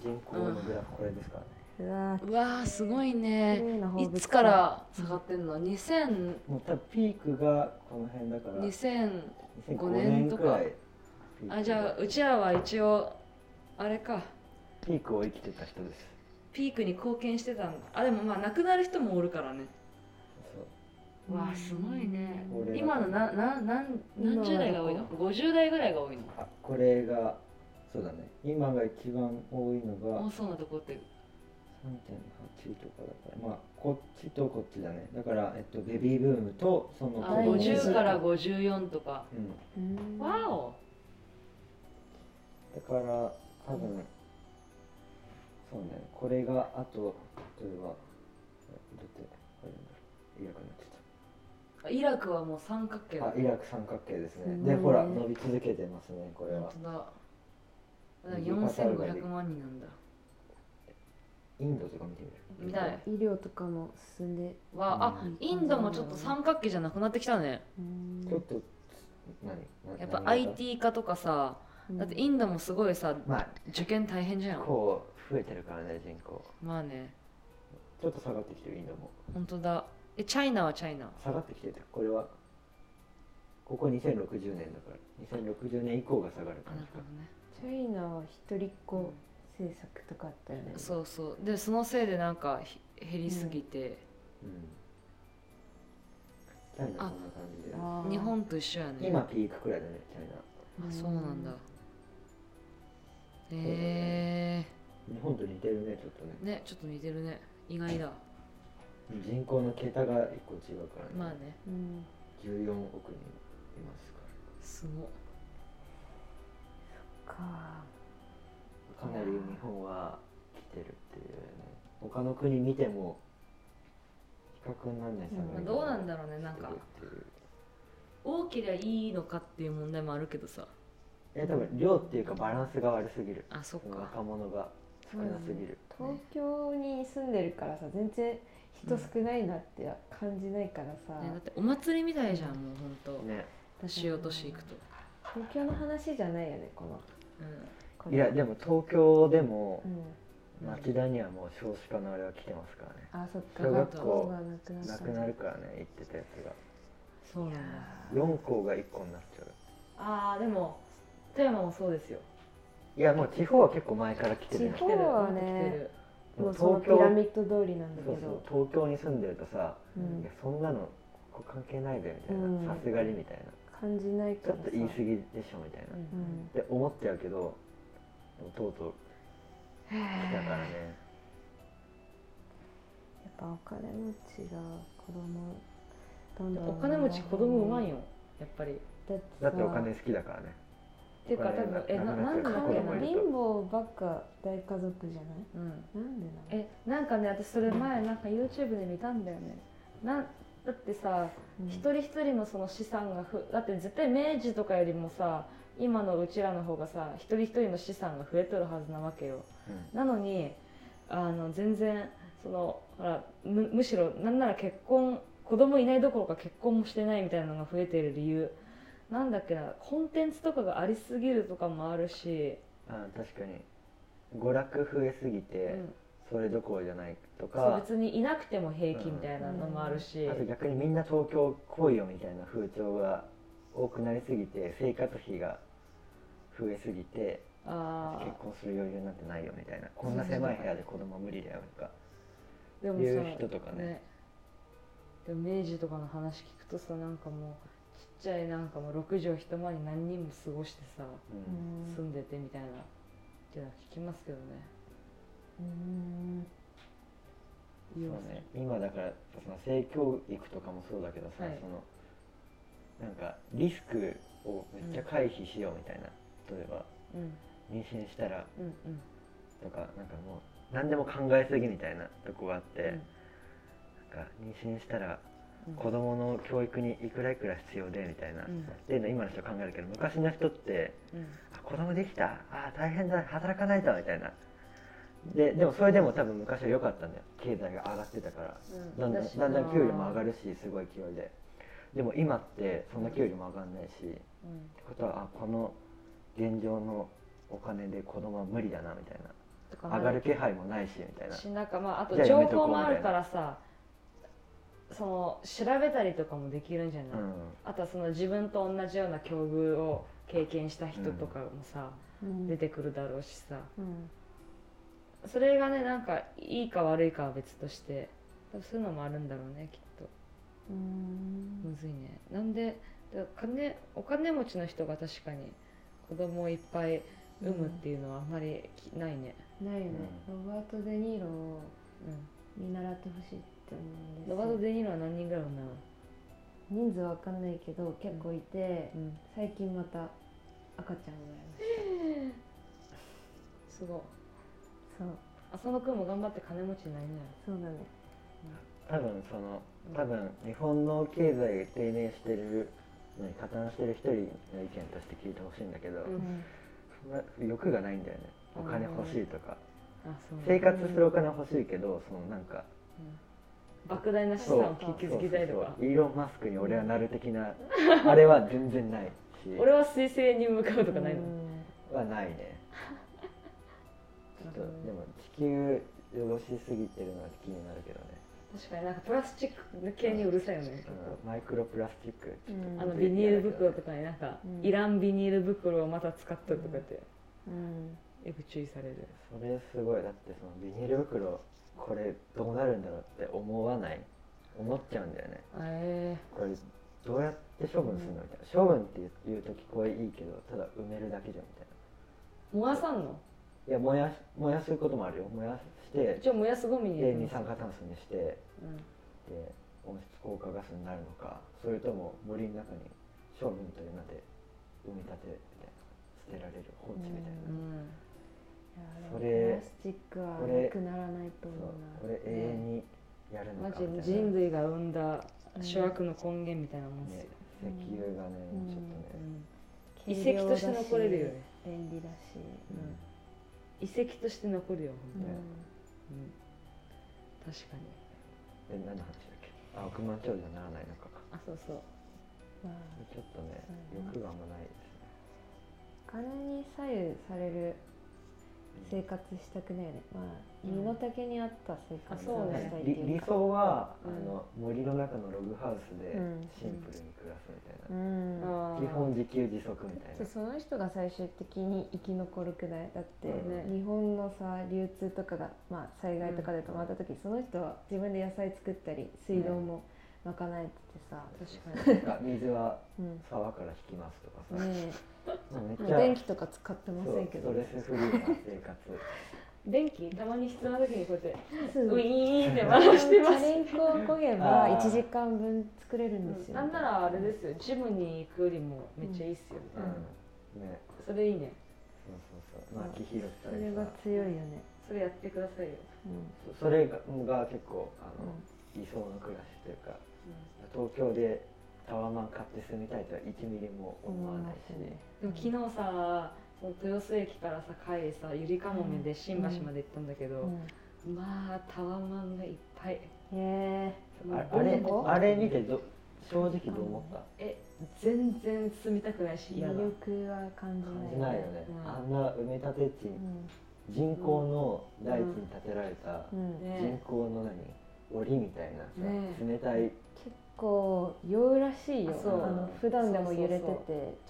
S3: 人口のグラフこれですからね
S2: うわ
S1: うわーすごい
S2: ー
S1: ね
S2: 綺麗な放
S1: い
S2: 物
S1: つから下がってんの2000
S3: もう多分ピークがこの辺だから
S1: 2000
S3: 2005
S1: 年
S3: 年
S1: と
S3: く
S1: から
S3: いピークが
S1: あじゃあうちらは一応あれか
S3: ピークを生きてた人です
S1: ピークに貢献してたんだあでもまあ亡くなる人もおるからね
S3: そう
S1: わあすごいね
S3: 俺ら
S1: 今のなななん何十代が多いの50代ぐらいが多いの
S3: あこれがそうだね今が一番多いのが
S1: 多そうなとこって
S3: 3.8とかだからまあこっちとこっちだねだから、えっと、ベビーブームとその
S1: あ
S2: 多いね
S1: 50から54とか
S3: うん
S2: うん
S1: わお
S3: だから多分、そうねこれがあと例えばどってあれなんだイラクになっち
S1: イラクはもう三角形
S3: ゃった
S1: だ
S3: あイラク三角形ですね
S2: うん
S3: でほら伸び続けてますねこれ
S1: 本
S3: は
S1: 当だだから4500万人なんだ
S3: インドとか見てみる
S1: 見たい
S2: 医療とかも進んで
S1: わあ
S2: うん
S1: インドもちょっと三角形じゃなくなってきたね
S2: うん
S3: ちょっと何な
S1: やっぱ
S3: 何型
S1: IT 化とかさ
S2: うん
S1: だってインドもすごいさ
S3: まあ
S1: 受験大変じゃん
S3: こう増えてるからね人口
S1: まあね
S3: ちょっと下がってきてるインドも
S1: 本当だえチャイナはチャイナ
S3: 下がってきてたこれはここ2060年だから2060年以降が下がる
S1: あ
S3: 感
S1: な
S3: じ
S1: る
S3: か
S1: ほどね
S2: チャイナは一人っ子政策とかあったよね
S1: そうそうでそのせいでなんかひ減りすぎて、
S3: うんチャイナはそんな感じで
S2: あー
S1: 日本と一緒やね
S3: 今ピークくらいだねチャイ
S1: あそうなんだ
S3: だ
S1: へ
S3: ねナ日本と似てるねちょっとね
S1: えねちょっと似てるね意外だ
S3: 人口の桁が一個違うからね、
S1: まあね
S2: うん
S3: 14億人いますか
S1: すごっ
S2: か
S3: らかなり日本は来てるっていうね他の国見ても比較にならない差があ
S2: う
S3: る
S2: ん
S1: どうなんだろうねなんか
S3: 来てるっていう
S1: 大きりゃいいのかっていう問題もあるけどさ
S3: え多分量っていうかバランスが悪すぎる
S1: あそっか
S3: 若者が少なすぎる、
S2: 東京に住んでるからさ全然人少ないなって感じないからさ、
S1: ねだってお祭りみたいじゃんもうほんと
S3: ね
S1: 主要都市行くと、
S2: 東京の話じゃないよねこの
S1: う
S2: この
S3: いやでも東京でも
S2: うん
S3: 町田にはもう少子化のあれは来てますからね
S2: あそっか
S3: 小学
S2: 校
S3: 校
S2: がなくなった
S3: なくなるからね行ってたやつが
S1: ん、そうなんだ
S3: 4校が1校になっちゃう
S1: あーでも富山もそうですよ
S3: いやもう地方は結構前から来てるよ
S2: 地
S1: 来てる
S2: そうは
S1: ほんと来て
S2: ね
S1: る
S3: でも
S2: もうその
S3: 東
S2: ピ
S3: 京
S2: ラミッド通りなんだけ
S3: そう
S2: ど
S3: そう東京に住んでるとさ、
S2: うん
S3: いやそんなのこう関係ないぜみたい
S2: うん
S3: なさすがにみたいな
S2: 感じない
S3: ちょ
S2: か
S3: っ
S2: らさ
S3: と言い過ぎでしょみたいな、
S1: う
S3: っ
S2: うん
S1: ん
S3: て思っちゃうけどでもとうとう来たからね
S2: やっぱお金持ちが子供どんどん
S1: お金持ち子供うまい
S2: よ
S1: よやっぱり
S2: だって
S3: だってお金
S2: っ
S3: 好きだからね
S1: ていうか
S3: お金
S1: 多分えな
S3: なく
S1: な
S3: なっ
S1: ん
S3: ち
S1: だ
S3: ゃうから
S1: っ
S3: 子
S1: け
S3: 供
S1: ない
S3: る
S2: 貧乏ばっか大家族じゃない
S1: うん
S2: なんでなの
S1: えなんかね私それ前なんか YouTube で見たんだよねなんだってさ
S2: うん
S1: 一人一人のその資産がふだって絶対明治とかよりもさ今のうちらの方がさ一人一人の資産が増えとるはずなわけよなのにあの全然そのほらむむしろなんなら結婚子供いないどころか結婚もしてないみたいなのが増えている理由なんだっけなコンテンツとかがありすぎるとかもあるし、
S3: うんあ確かに娯楽増えすぎて、
S1: うん
S3: それどころじゃない
S1: そ
S3: と
S1: う
S3: か
S1: 別にいなくても平気みたいなのもあるし、
S3: あと逆にみんな東京来いよみたいな風潮が多くなりすぎて生活費が増えすぎて
S1: あ
S3: 結
S1: あ
S3: 婚する余裕なんてないよみたいなこんな狭い部屋で子供無理だよとか
S1: でもさ
S3: 言う人とかね
S1: でも明治とかの話聞くとさなんかもうちっちゃいなんかもう6畳一間に何人も過ごしてさ
S3: うん
S1: 住んでてみたいなっていうのは聞きますけどね
S2: うん
S1: いい
S3: そ
S1: よ
S3: うね今だからその性教育とかもそうだけどさ、
S1: はい
S3: そのなんかリスクをめっちゃ回避しようみたいな、例えば
S1: うん
S3: 妊娠したら
S1: うんうん
S3: とかなんかもう何でも考えすぎみたいなとこがあって、
S1: うん
S3: なんか妊娠したら
S1: うん
S3: 子供の教育にいくらいくら必要でみたいな、
S1: うん
S3: っていうの今の人考えるけど昔の人って
S1: うん
S3: あ子供できたあー大変だ働かないとみたいなででもそれでも多分昔は良かったんだよ経済が上がってたからだんだんだんだん給料も上がるしすごい勢いででも今ってそんな給料も上がんないしって
S1: うん
S3: ことはあこの現状のお金で子供は無理だなみたい
S1: とか
S3: な上がる気配もないしみたいな
S1: しなんかまああと
S3: じゃあや
S1: 情
S3: めと
S1: 報
S3: こうみ
S1: も
S3: たいな
S1: あるからさその調べたりとかもできるんじゃない、
S3: うん
S1: あとはその自分と同じような境遇を経験した人とかもさ、
S2: うん
S1: 出てくるだろうしさ
S2: うん
S1: それがねなんかいいか悪いかは別として多分そういうのもあるんだろうねきっと
S2: うん
S1: むずいねなんでだから金お金持ちの人が確かに子供をいっぱい産むっていうのはあんまりきないね、
S2: ないよね、ロバート・デ・ニーロを
S1: うん
S2: 見習ってほしいって思うんです
S1: ロ
S2: よ
S1: バート・デ・ニーロは何人ぐらい産んだの
S2: 人数わかんないけど結構いて、
S1: うん
S2: 最近また赤ちゃん生まれまし
S1: すごい
S2: たそう
S1: 浅野君も頑張って金持ちになりなよ
S2: そうだね
S3: 多分その多分日本の経済が低迷してるのに加担してる一人の意見として聞いてほしいんだけど、
S1: う
S3: そんな欲がないんだよねお金欲しいとか
S1: あそうね
S3: 生活するお金欲しいけどそのなんか
S1: うん莫大な資産を築きたいと
S3: そう
S1: か
S3: そうそうイーロン・マスクに俺はなる的なあれは全然ないし
S1: 俺は彗星に向かうとかないの、
S2: うん
S3: はないねちょっと
S1: う
S3: で
S1: ん
S3: も地球汚しすぎてるのは気になるけどね、
S1: 確かになんかプラスチック系にうるさいよね、結構
S3: うんマイクロプラスチックちょっ
S2: うん
S1: あのビニール袋とかになんか、
S2: うん
S1: いらんビニール袋をまた使っとるとかって
S2: うん
S1: よく注意される
S3: とそれすごいだってそのビニール袋これどうなるんだろうって思わない思っちゃうんだよね
S1: え
S3: これどうやって処分するのみたいな処分って言うと聞こえいいけどただ埋めるだけじゃんみたいな
S1: ー、燃やさんの
S3: いや燃やし燃やすこともあるよ燃やして
S1: 一応燃やすゴミに入れ
S3: で
S1: て
S3: 二
S1: ます
S3: 酸化炭素にしてで
S1: うん
S3: 温室効果ガスになるのかそれとも森の中に商品という名で埋め立てみたいな捨てられる放置みたいな、
S1: うん
S3: そ
S2: いやでも
S3: れ
S2: プラスチックは
S3: これ
S2: なくならないと
S3: そう
S2: 思
S3: こ
S2: うな
S3: れ永遠にやるの
S1: マ
S3: か
S1: ジ
S3: みたいな、
S1: 人
S3: ね、
S1: 類が生んだ諸悪の根源みたいなもんですよ、
S3: 石油がね、
S2: うん
S3: ちょっと
S1: うん遺
S3: ね、
S2: 軽
S1: 跡と
S2: 量だ
S1: して残れるよね
S2: 便利だ
S1: う
S2: し、
S1: ん遺跡として残るよ、ほんと
S2: うん
S1: うん、
S3: ね
S1: 確かに
S3: で何の話だっけあ億万長者にならないのか
S1: あそうそう
S2: まあ、
S3: ちょっとね
S2: うん
S3: 欲があんまないですね
S2: お金に左右される生活したくないよね、まあ、
S1: うん
S2: 身の丈に合った生
S1: あ
S2: 活
S1: そう
S2: を
S1: ね
S2: したいって
S3: 理
S2: いう
S3: 理
S2: か
S3: 想は、
S1: うん
S3: あの森の中のログハウスで
S2: うん
S3: シンプルに暮らすみたいな、
S2: うん
S1: あー
S3: 基本自給自足みたい
S2: で
S3: な。
S2: その人が最終的に生き残るくらいだって、
S3: ね
S2: 日本のさ流通とかが、まあ、災害とかで止まった時、その人は自分で野菜作ったり水道も賄えててさ、
S1: 確かに
S3: なんか水は
S2: うん
S3: 沢から引きますとかさ、
S2: ね
S3: めっ
S2: えも
S3: ち
S2: う
S3: ゃ
S2: 電気とか使ってま
S3: そ
S2: せ
S3: うん
S2: けど
S3: ストレスフリーな生活
S1: 電気たまに必要な時にこうやって
S2: そう
S1: ウィーンって回してま
S2: チャ
S1: す
S2: リンコをこげば1時間分作れるんですよ
S1: なんならあれですよジムに行くよりもめっちゃいいっすよ、
S3: うんね
S1: それいいね
S3: そうそうそうまあ秋広さ
S2: そ
S3: ん
S2: れが
S3: さ
S2: 強いよね、
S1: それやってくださいよ、
S2: うん
S3: そそれがが結構あ
S2: う
S3: の、
S2: ん
S3: 理想の暮らしというか東京でタワマン買って住みたいとは1ミリも思わないし、
S2: 思わないしね
S1: でも昨日さその豊洲駅からさ帰りさゆりかもめで新橋まで行ったんだけど、まあタワマンがいっぱい
S2: うん、へ
S3: あ
S1: も
S3: あ
S1: う
S3: れ
S2: どこ
S3: あれ見てど正直どう思った
S1: え全然住みたくないし
S2: え
S1: 嫌
S2: 魅
S1: だ
S2: 力は感じ
S3: 感じ
S2: な
S3: ないいよね、
S1: うん
S3: あんな埋め立て地、人工の大地に建てられた
S2: うんうん
S1: ね
S3: 人工の何檻みたいなさ、
S1: ね
S3: 冷たい
S2: 結構酔うらしいよ
S1: そう
S2: あの普段でも揺れてて
S1: そう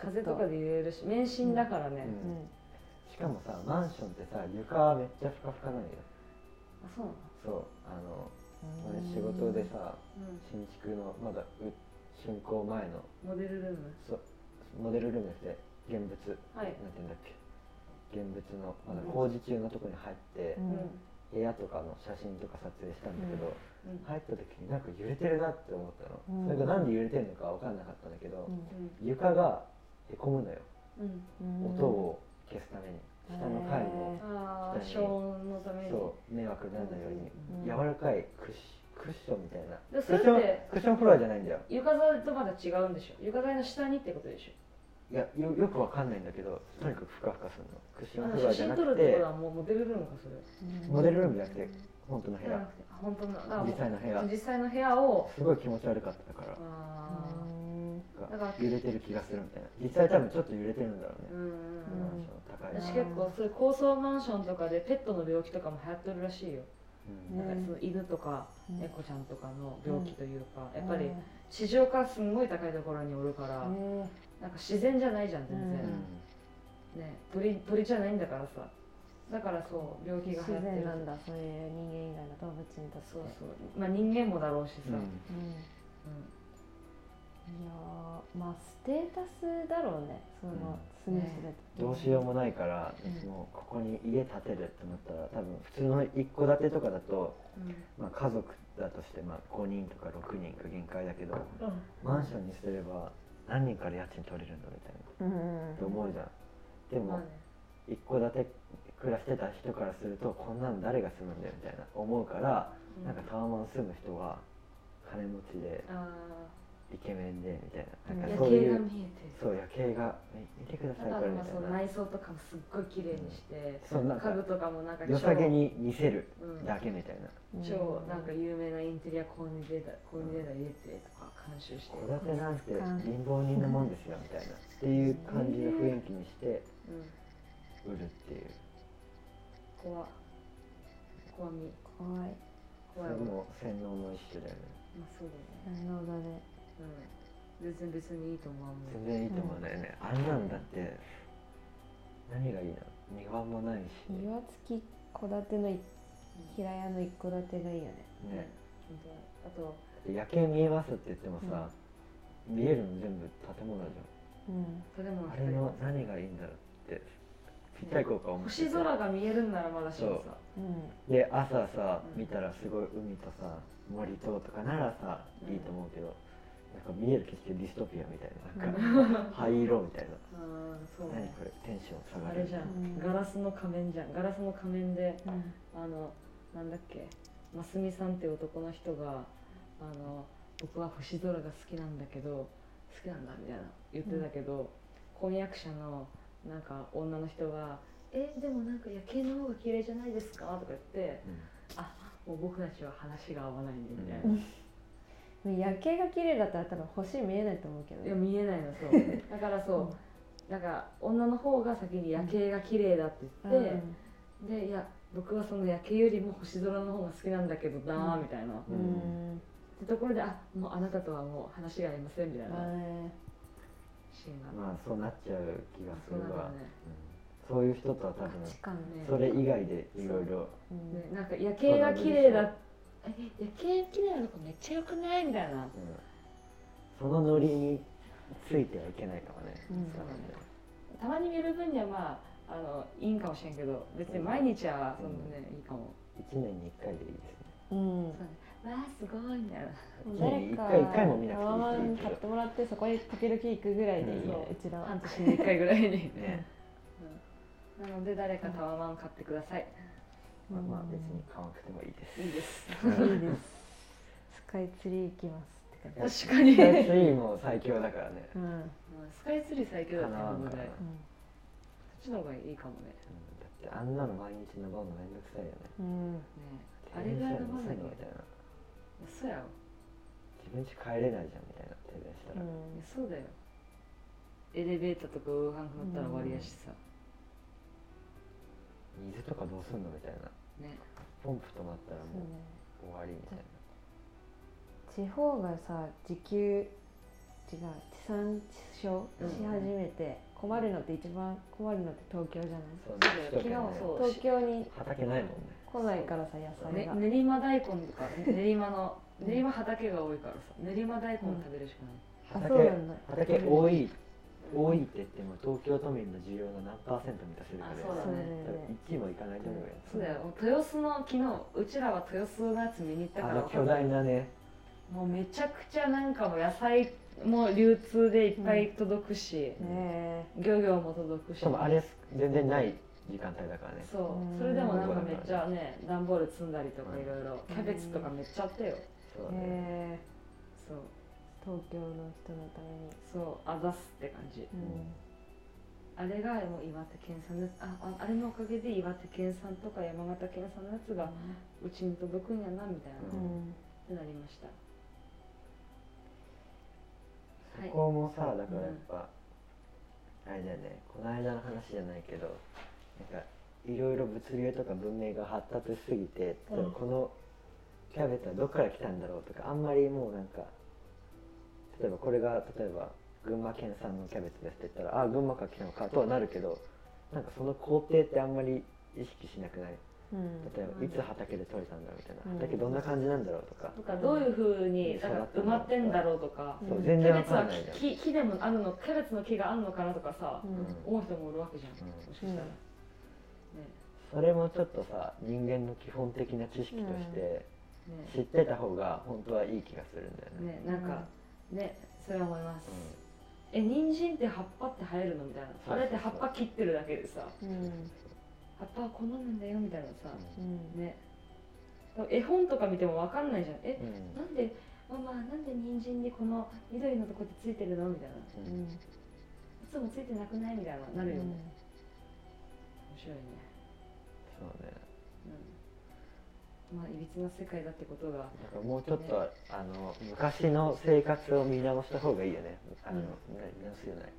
S1: そう風
S2: ちょっ
S1: とかで揺れるし免震だからね、
S3: うん
S2: うん
S3: しかもさマンションってさ床めっちゃふかふかなんよ
S1: あそうな
S3: そうあの
S2: うん
S3: 仕事でさ
S1: の、
S3: 新築のまだう竣工前の
S1: うん、モデルルーム
S3: そうモデルルームで現物
S1: はい
S3: なんて言うんだっけ現物のまだ工事中のとこに入って
S2: う、ん
S3: 部屋とかの写真とか撮影したんだけど、
S1: うん
S3: 入った時になんか揺れてるなって思ったの、
S2: うん
S3: それがなんで揺れてるのか分かんなかったんだけど、
S2: うん
S3: 床がへこむのよ、
S1: うん
S2: うん
S3: 音を消すために下の階も、
S1: ああ
S3: 下
S1: 消
S3: に
S1: 音のために
S3: そう迷惑にならないように、
S2: うん
S3: 柔らかいクッシクッションみたいな
S1: でそれっ
S3: クッション
S1: て
S3: クッションフロアじゃないんだよ
S1: 床材とまだ違うんでしょ床材の下にってことでし
S3: いやよよくわかんないんだけどとにかくふかふかするのクッシ
S1: ょ
S3: ョ
S1: あの
S3: ンフロア
S1: 写
S3: じゃ
S1: 真
S3: な
S1: 撮るっ
S3: く
S1: てこ
S3: て
S1: とはもうモデルルームかそれ
S3: モデルルームじゃなくて本当の部
S1: じゃな
S3: 屋
S1: くてあ本当のだからもう
S3: 実際の部屋
S1: 実際の部屋を
S3: すごい気持ち悪かったから
S1: あ
S2: うん
S1: だから
S3: 揺れてる気がするみたいな実際多分ちょっと揺れてるんだろう
S1: ーうんう
S3: ね、
S1: んうん
S3: マンション高い
S1: 私結構そういう高層マンションとかでペットの病気とかも流行ってるらしいよ、
S3: うん
S2: ね
S1: なんかその犬とか
S2: うん
S1: 猫ちゃんとかの病気というか、やっぱり地上からすんごい高いところにおるから、
S2: ね
S1: なんか自然じゃないじゃん全然、
S2: うん
S1: ね鳥鳥じゃないんだからさだからそう病気が
S2: 自
S1: 流行って
S2: 然
S1: る
S2: なんだそういう人間以外の動物にとって
S1: そうそうまあ人間もだろうしさ、
S3: うん
S2: うん
S1: う
S2: いやーまあステータスだろうねその住む人だと
S3: どうしようもないから、
S2: うん
S3: もうここに家建てるって思ったら多分普通の一戸建てとかだと、
S1: ん
S3: まあ、家族だとしてまあ5人とか6人が限界だけど
S1: うん
S3: マンションにすれば何人から家賃取れるんだみたいな
S2: うん
S3: って思うじゃんで
S1: まあ
S3: も
S1: ね
S3: 一戸建て暮らしてた人からするとこんなん誰が住むんだよみたいな思うから
S1: うん
S3: なんかタワマン住む人は金持ちで
S1: あ
S3: イケメンでみたい
S1: あ
S3: ななん
S1: 夜
S3: かそうい
S1: 景が見
S3: う
S1: えてる
S3: そう夜景が見見てくださ
S1: だか
S3: いこ
S1: ら
S3: れみ
S1: まあ
S3: た
S1: その
S3: いな
S1: 内装とかもすっごい綺麗にして、
S3: そうなん
S1: 家具
S3: か
S1: とかもなんか
S3: 良さげに見せる
S1: 超,、うん
S3: だけみたいな
S1: 超なんか有名なインテリアコーディネーターコーディネーター入れてとか監修して、
S3: 戸建てなんて貧乏人のもんですよみたいなっていう感じの雰囲気にして
S1: うん、
S3: 売るっていう
S1: 怖怖み
S2: 怖い
S3: そ
S1: 怖いわ
S3: れ
S1: ま
S3: も洗脳の一種だよね
S1: あそうだよね、
S2: なるほどね
S1: うん、全然別にいいと思うも
S3: 全然いいと思うんだよねあんなんだって何がいいの庭もないし
S2: 庭付き戸建ての一平屋の一戸建てがいいよね
S1: ん
S3: ね
S1: 本当あと
S3: 夜景見えますって言ってもさ見えるの全部建物じ
S2: うん
S1: 建物
S3: ゃん
S1: の
S3: あ
S1: 光
S3: れの何がいいんだろうってぴったり効果を
S1: 星空が見えるんならまだしもさ
S2: うん
S3: で朝さ
S1: うん
S3: 見たらすごい海とさ森ととかならさいいと思うけど、なんか見える景色ディストピアみたいななんか灰色みたいな
S1: あーそう
S3: 何
S1: ね
S3: これテンション下
S1: あ
S3: が
S1: れ
S3: る
S1: じゃん、
S2: うん
S1: ガラスの仮面じゃんガラスの仮面で
S2: うん
S1: あのなんだっけますみさんっていう男の人があの僕は星空が好きなんだけど好きなんだみたいな言ってたけど、婚約者のなんか女の人が「えでもなんか夜景の方が綺麗じゃないですか?」とか言って「あもう僕たちは話が合わないんで」みたいな、
S3: う
S2: でも夜景が綺麗だったら多分星見えないと思うけど
S1: いや
S2: ね
S1: 見えないのそうだからそう、なんか女の方が先に夜景が綺麗だって
S2: う
S1: 言
S2: ん
S1: って、でいや僕はその夜景よりも星空の方が好きなんだけどなーみたいな、
S2: う
S3: うんん
S1: ってところであもうあなたとはもう話がありませんみたい
S2: まあ
S1: な
S2: ね
S1: シーンがあっ
S3: う
S1: て
S3: んまあそうなっちゃう気がする
S1: そうな
S3: わ
S1: るよね
S3: うんそういう人とは多
S2: 価
S3: 分
S2: 値観ね
S3: それ以外でいろいろ
S2: うん
S1: ね、なんか夜景が綺麗だえ夜景綺麗なの子めっちゃよくないみたいな
S3: うんそのノリについてはいけないかもね
S2: うん
S3: そうなんだよ
S1: たまに見る分にはまああのいいんかもしれんけど別に毎日はそんなね、いいかも
S3: 一年に一回でいいですね
S2: うん
S1: わあすごいみたいな
S2: 誰
S3: 一
S2: か
S3: 回一回も見なく
S2: タ
S3: てい
S2: ワマ
S3: い
S2: ン
S3: けど
S2: 買ってもらってそこへ時々行くぐらいでいいよ、
S3: う
S2: うちらは
S1: 半年に1回ぐらい <laughs> に
S3: ね、
S1: なので誰かタワマン買ってください
S2: うん
S3: まあまあ別に買わなくてもいいです
S1: いいです
S2: いいですスカイツリー行きますって感
S1: <laughs>
S2: じ
S1: 確かに
S3: スカイツリーも最強だからね
S2: うん、うん
S1: スカイツリー最強だった
S3: 叶わん
S1: の
S3: か
S1: で
S3: ら
S1: こ
S3: な
S1: っちの方がいいかもね
S3: だってあんなの毎日登るのめんどくさいよね
S2: うん
S1: ねあれぐらい登らなきゃ
S3: みたいな
S1: そうやろ
S3: 自分家帰れないじゃんみたいな停電した
S2: う
S3: ら、
S1: いや
S2: ん
S1: そうだよエレベーターとか上半分だったら終わりやしさ、
S3: 水とかどうすんのみたいな
S1: ね
S3: ポンプ止まったら
S2: そう
S3: もう
S2: ね
S3: 終わりみたいな
S2: 地方がさ時給違う地産地消
S3: うん
S2: し始めて困るのって一番困るのって東京じゃない
S3: そ
S1: そ
S3: う
S1: うだよ
S3: ね
S1: 昨日そう
S2: 東京に
S3: 畑ないもんね
S2: 来ないからさ野菜
S1: ね
S2: が、
S1: 練馬大根とか練馬の
S2: うん
S1: 練馬畑が多いからさ練馬大根食べるしかない、
S3: 畑
S2: あそうなんだ
S3: 畑多い多いって言っても東京都民の需要の何パーセント満たせるかで
S1: あそうだ
S2: そうだよ
S1: ね
S2: ね
S3: 1位もいかないと思うよ、
S1: そうだよもう豊洲の昨日うちらは豊洲のやつ見に行ったか
S3: あ
S1: ら
S3: の巨大なね
S1: もうめちゃくちゃなんかもう野菜も流通でいっぱい届くし、
S2: ね
S1: 漁業も届くし
S3: しかもあれ全然ない時間帯だからね
S1: そうそれでもなんかめっちゃね段ボール積んだりとかいろいろキャベツとかめっちゃあったよ
S3: そう
S2: え
S3: だね
S2: ねえ
S1: そう
S2: 東京の人のために
S1: そうあざすって感じ
S2: う
S1: あれがもう岩手県産のやつあああれのおかげで岩手県産とか山形県産のやつがうちに届くんやなみたいな、
S3: う
S1: っ
S3: ん
S2: ん
S1: てなりました
S3: そこもさだからやっぱ、あれだよねこの間の話じゃないけどなんかいろいろ物流とか文明が発達しすぎて、
S1: うん
S3: このキャベツはどこから来たんだろうとかあんまりもうなんか例えばこれが例えば群馬県産のキャベツですって言ったらあ群馬から来たのかとはなるけどなんかその工程ってあんまり意識しなくない
S2: うん
S3: 例えばいつ畑で採れたんだろうみたいな、
S2: うん
S3: 畑どんな感じなんだろうとか
S1: と、かどういうふうに
S3: うん
S1: だから埋まってんだろうとか、
S2: うん
S3: そう全
S1: キャベ
S3: 然わ
S1: ツ
S3: か
S1: は
S3: んないじゃん。
S1: 木木でもあるのキャベツの木があるのかなとかさ、
S2: うん
S3: うん
S1: 思う人もおるわけじゃん、
S3: うん
S1: もしかしたら、
S2: うん
S1: ね
S3: それもちょっとさ人間の基本的な知識として知ってた方が本当はいい気がするんだよ
S1: ねね
S3: ね。
S1: なんか、ねそれは思います、え人参って葉っぱって生えるのみたいな
S3: そうそうそう
S1: あれって葉っぱ切ってるだけでさ
S2: う
S3: うん
S2: ん
S1: 葉っぱはこんなんだよみたいなさ、
S2: うん
S1: ね絵本とか見てもわかんないじゃんえ
S3: うん
S1: なんでママなんで人参にこの緑のとこってついてるのみたいない
S3: うん
S2: うん
S1: つもついてなくないみたいななるよね、面白いね、
S3: そうね
S1: うん、まあいびつな世界だってことが
S3: だからもうちょっと、あの昔の生活を見直した方がいいよね。あ
S1: う
S3: の、
S1: ん
S3: ななんすよね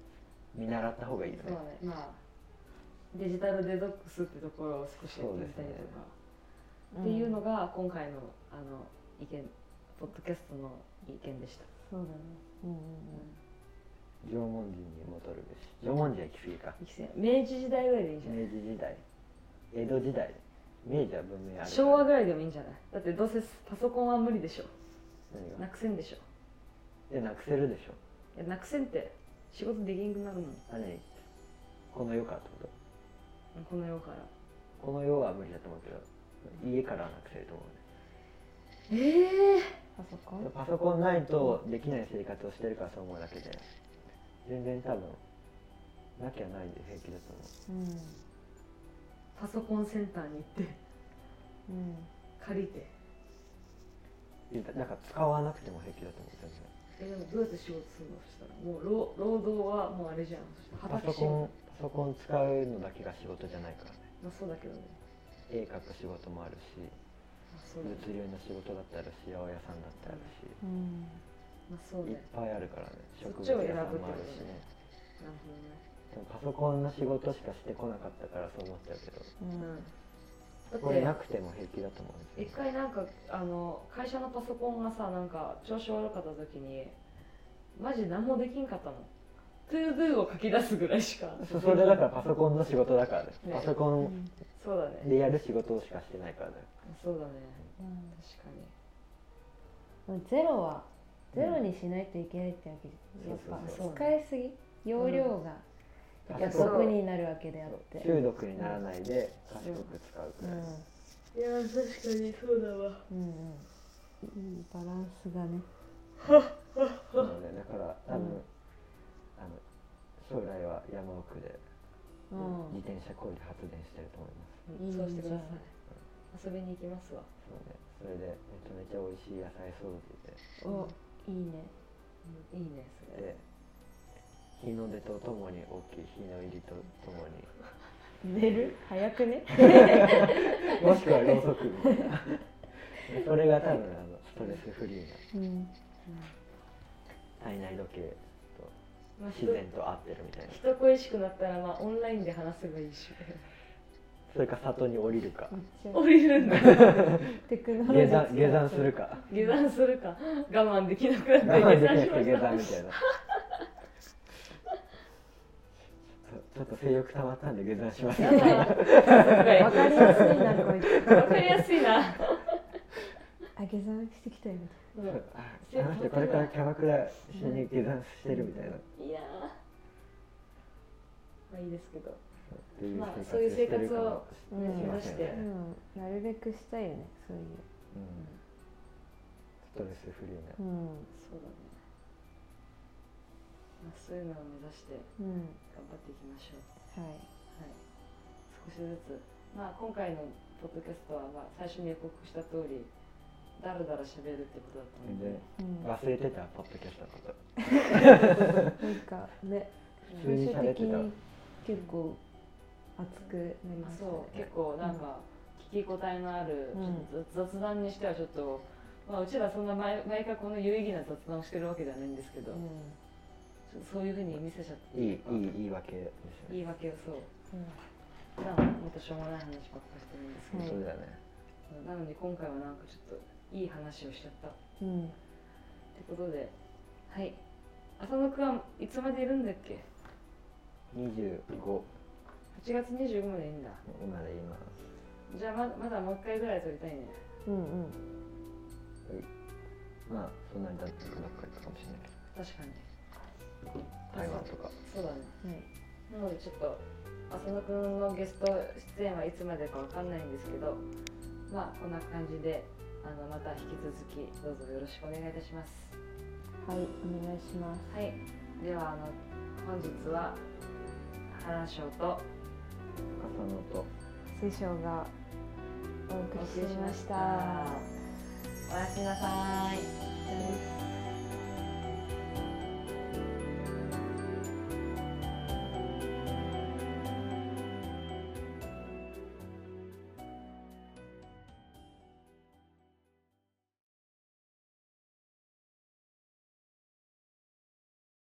S3: 見習った方がいいよね
S1: そう。ねまあデジタルデトックスってところを少しやってみたりとか、
S3: そうですね
S1: っていうのが今回のあの意見ポッドキャストの意見でした、
S2: そうだねうんうん
S3: 縄文人に戻るべし。縄文人は行き過ぎか。
S1: いきせん明治時代ぐらいでいいんじゃない
S3: 明治時代、江戸時代、明治は文明あるから。
S1: 昭和ぐらいでもいいんじゃないだってどうせパソコンは無理でしょ
S3: 何
S1: な
S3: が
S1: くせんでしょ
S3: えなくせるでしょ。
S1: いやなくせんって仕事できんくなるもん
S3: あ何この世からってこと。
S1: この世から
S3: この世は無理だと思うけど家からはなくせると思う
S1: ええ
S2: パソコ
S3: ね
S2: ン
S3: パソコンないとできない生活をしてるからそう思うだけで全然多分なきゃないで平気だと思
S2: うん
S1: パソコンセンターに行って
S2: うん
S1: 借りて
S3: ういやだなんか使わなくても平気だと思う全
S1: え
S3: 然
S1: でもどうやって仕事するのそしたらもう労労働はもうあれじゃんそしたら
S3: パ
S1: 畑
S3: ソ
S1: 仕
S3: コ
S1: 事
S3: ンパソコン使うのだけが仕事じゃないからね
S1: まあそうだけどね
S3: 絵描く仕事もあるし
S1: まあそうだね
S3: 物流の仕事だってあるし八百屋さんだってあるし
S2: うん
S1: まあそう
S3: いっ
S1: ね
S3: ぱいあるからね
S1: そ
S3: 植
S1: っち
S3: 物屋
S1: を選ぶ
S3: さん
S1: ってことねなるほ
S3: もあるしねでもパソコンの仕事しかしてこなかったからそう思っちゃうけど
S2: う
S1: どね
S2: ん
S1: うん
S3: これ
S1: だっ
S3: な
S1: て
S3: くても平気だと思うん
S1: 一
S3: ですよ
S1: 回なんかあの会社のパソコンがさなんか調子悪かった時にマジ何もできんかったのトゥードゥを書き出すぐらいしか
S3: そそれだからパソコンの仕事だからね
S1: ね
S3: パソコン
S1: そうだね
S3: でやる仕事しかしてないからね。
S1: そうだね
S2: うん
S1: 確かに
S2: でもゼロは
S3: うん
S2: ゼロにしないといけないってわけじゃん、
S3: そうそうそう
S2: やっぱ使いすぎ容量が、約束になるわけであって
S3: 中毒にならないで賢く使うく
S2: う
S3: らい、
S2: ん
S1: いや確かにそうだわ
S2: うんうん、いいバランスがね
S3: なのでだから多分、
S2: うん
S3: あの将来は山奥で
S2: うん
S3: 自転車こいで発電してると思います、
S2: いいじゃ
S1: そうし
S2: ん
S1: てください遊びに行きますわ
S3: そうねそれでめちゃめちゃ美味しい野菜育てて
S2: おいいね
S1: いいねそれ
S3: で日の出とともに大きい日の入りととも
S2: <laughs>
S3: に
S2: 寝る早くね
S3: もしくはろうそくみたいなそれが多分あのストレスフリーな
S2: うん
S3: 体内時計と
S1: まあ、
S3: 自
S1: 人
S3: 然と合ってるみたいな
S1: 人恋しくなったらまあオンラインで話せばいいし
S3: それか里に降りるか
S2: めっ
S1: <laughs>
S2: ち
S1: 降
S2: ゃ
S1: りるんだ
S2: テクノロジ
S3: 下
S2: ー
S3: 山下山する <laughs> か
S1: 下山するか我慢できなくなって
S3: 我慢できな
S1: 下山
S3: くて
S1: しました
S3: 下山みたいなちょっと性欲溜まったんで下山します
S1: やばい
S2: わかりやすいなこい <laughs> つ
S1: わかりやすいな
S2: あ下山してきたよみ
S1: うん
S3: あの人これからキャバクラしに下山してるみたいな、っ
S1: いやーまあいいですけど
S3: ていう
S1: まあそういう生活を
S3: してるかも
S2: うん
S3: しれませんね
S2: たいな、うん、なるべくしたいよねそういう
S3: うんストレスフリーな
S2: うん
S1: そうだね、まあ、そういうのを目指して
S2: うん
S1: 頑張っていきましょう
S2: はい
S1: はい少しずつまあ今回のポッドキャストはまあ最初に予告した通りだらだら喋るってことだったので
S3: で
S2: うん、なん
S3: 忘れてたポッドキャストのこと
S2: かね
S3: 普通
S2: 最
S3: に
S2: 終
S3: 喋っ
S2: 的
S3: てた
S2: に結構熱くなり
S1: あ
S2: ましたね
S1: そう結構なんか聞き応えのある、
S2: うん
S1: ちょっと雑談にしてはちょっと、まあ、うちらそんな毎毎回この有意義な雑談をしてるわけじゃないんですけど、
S2: うん
S1: ちょっとそういうふうに見せちゃって
S3: いい
S1: い
S3: いい言い訳ですよね
S1: 言い訳をそう
S2: うん
S1: 普段はもっとしょうもない話ばっかしてるんですけど、
S2: はい
S3: そうだよね
S1: なのに今回はなんかちょっといい話をしちゃったっ
S2: うん、
S1: てことではい浅野くんはいつまでいるんだっけ
S3: 25
S1: 8月25までいいんだ
S3: 今で今
S1: じゃあままだもう一回ぐらい撮りたいね
S2: うんうん
S3: まあそんなにだってばっかりかもしれない
S1: 確かに
S3: 台湾とか
S1: そうだね
S2: はい
S1: なのでちょっと浅野くんのゲスト出演はいつまでかわかんないんですけどまあこんな感じであのまた引き続きどうぞよろしくお願いいたします
S2: はい、お願いします。
S1: はいではあの本日は原翔と
S3: 浅野と
S2: 水晶がお
S1: お
S2: 送
S1: 送
S2: り
S1: り
S2: し
S1: し
S2: ま
S1: ま
S2: し
S1: したた。おやすみなさい
S2: じゃあね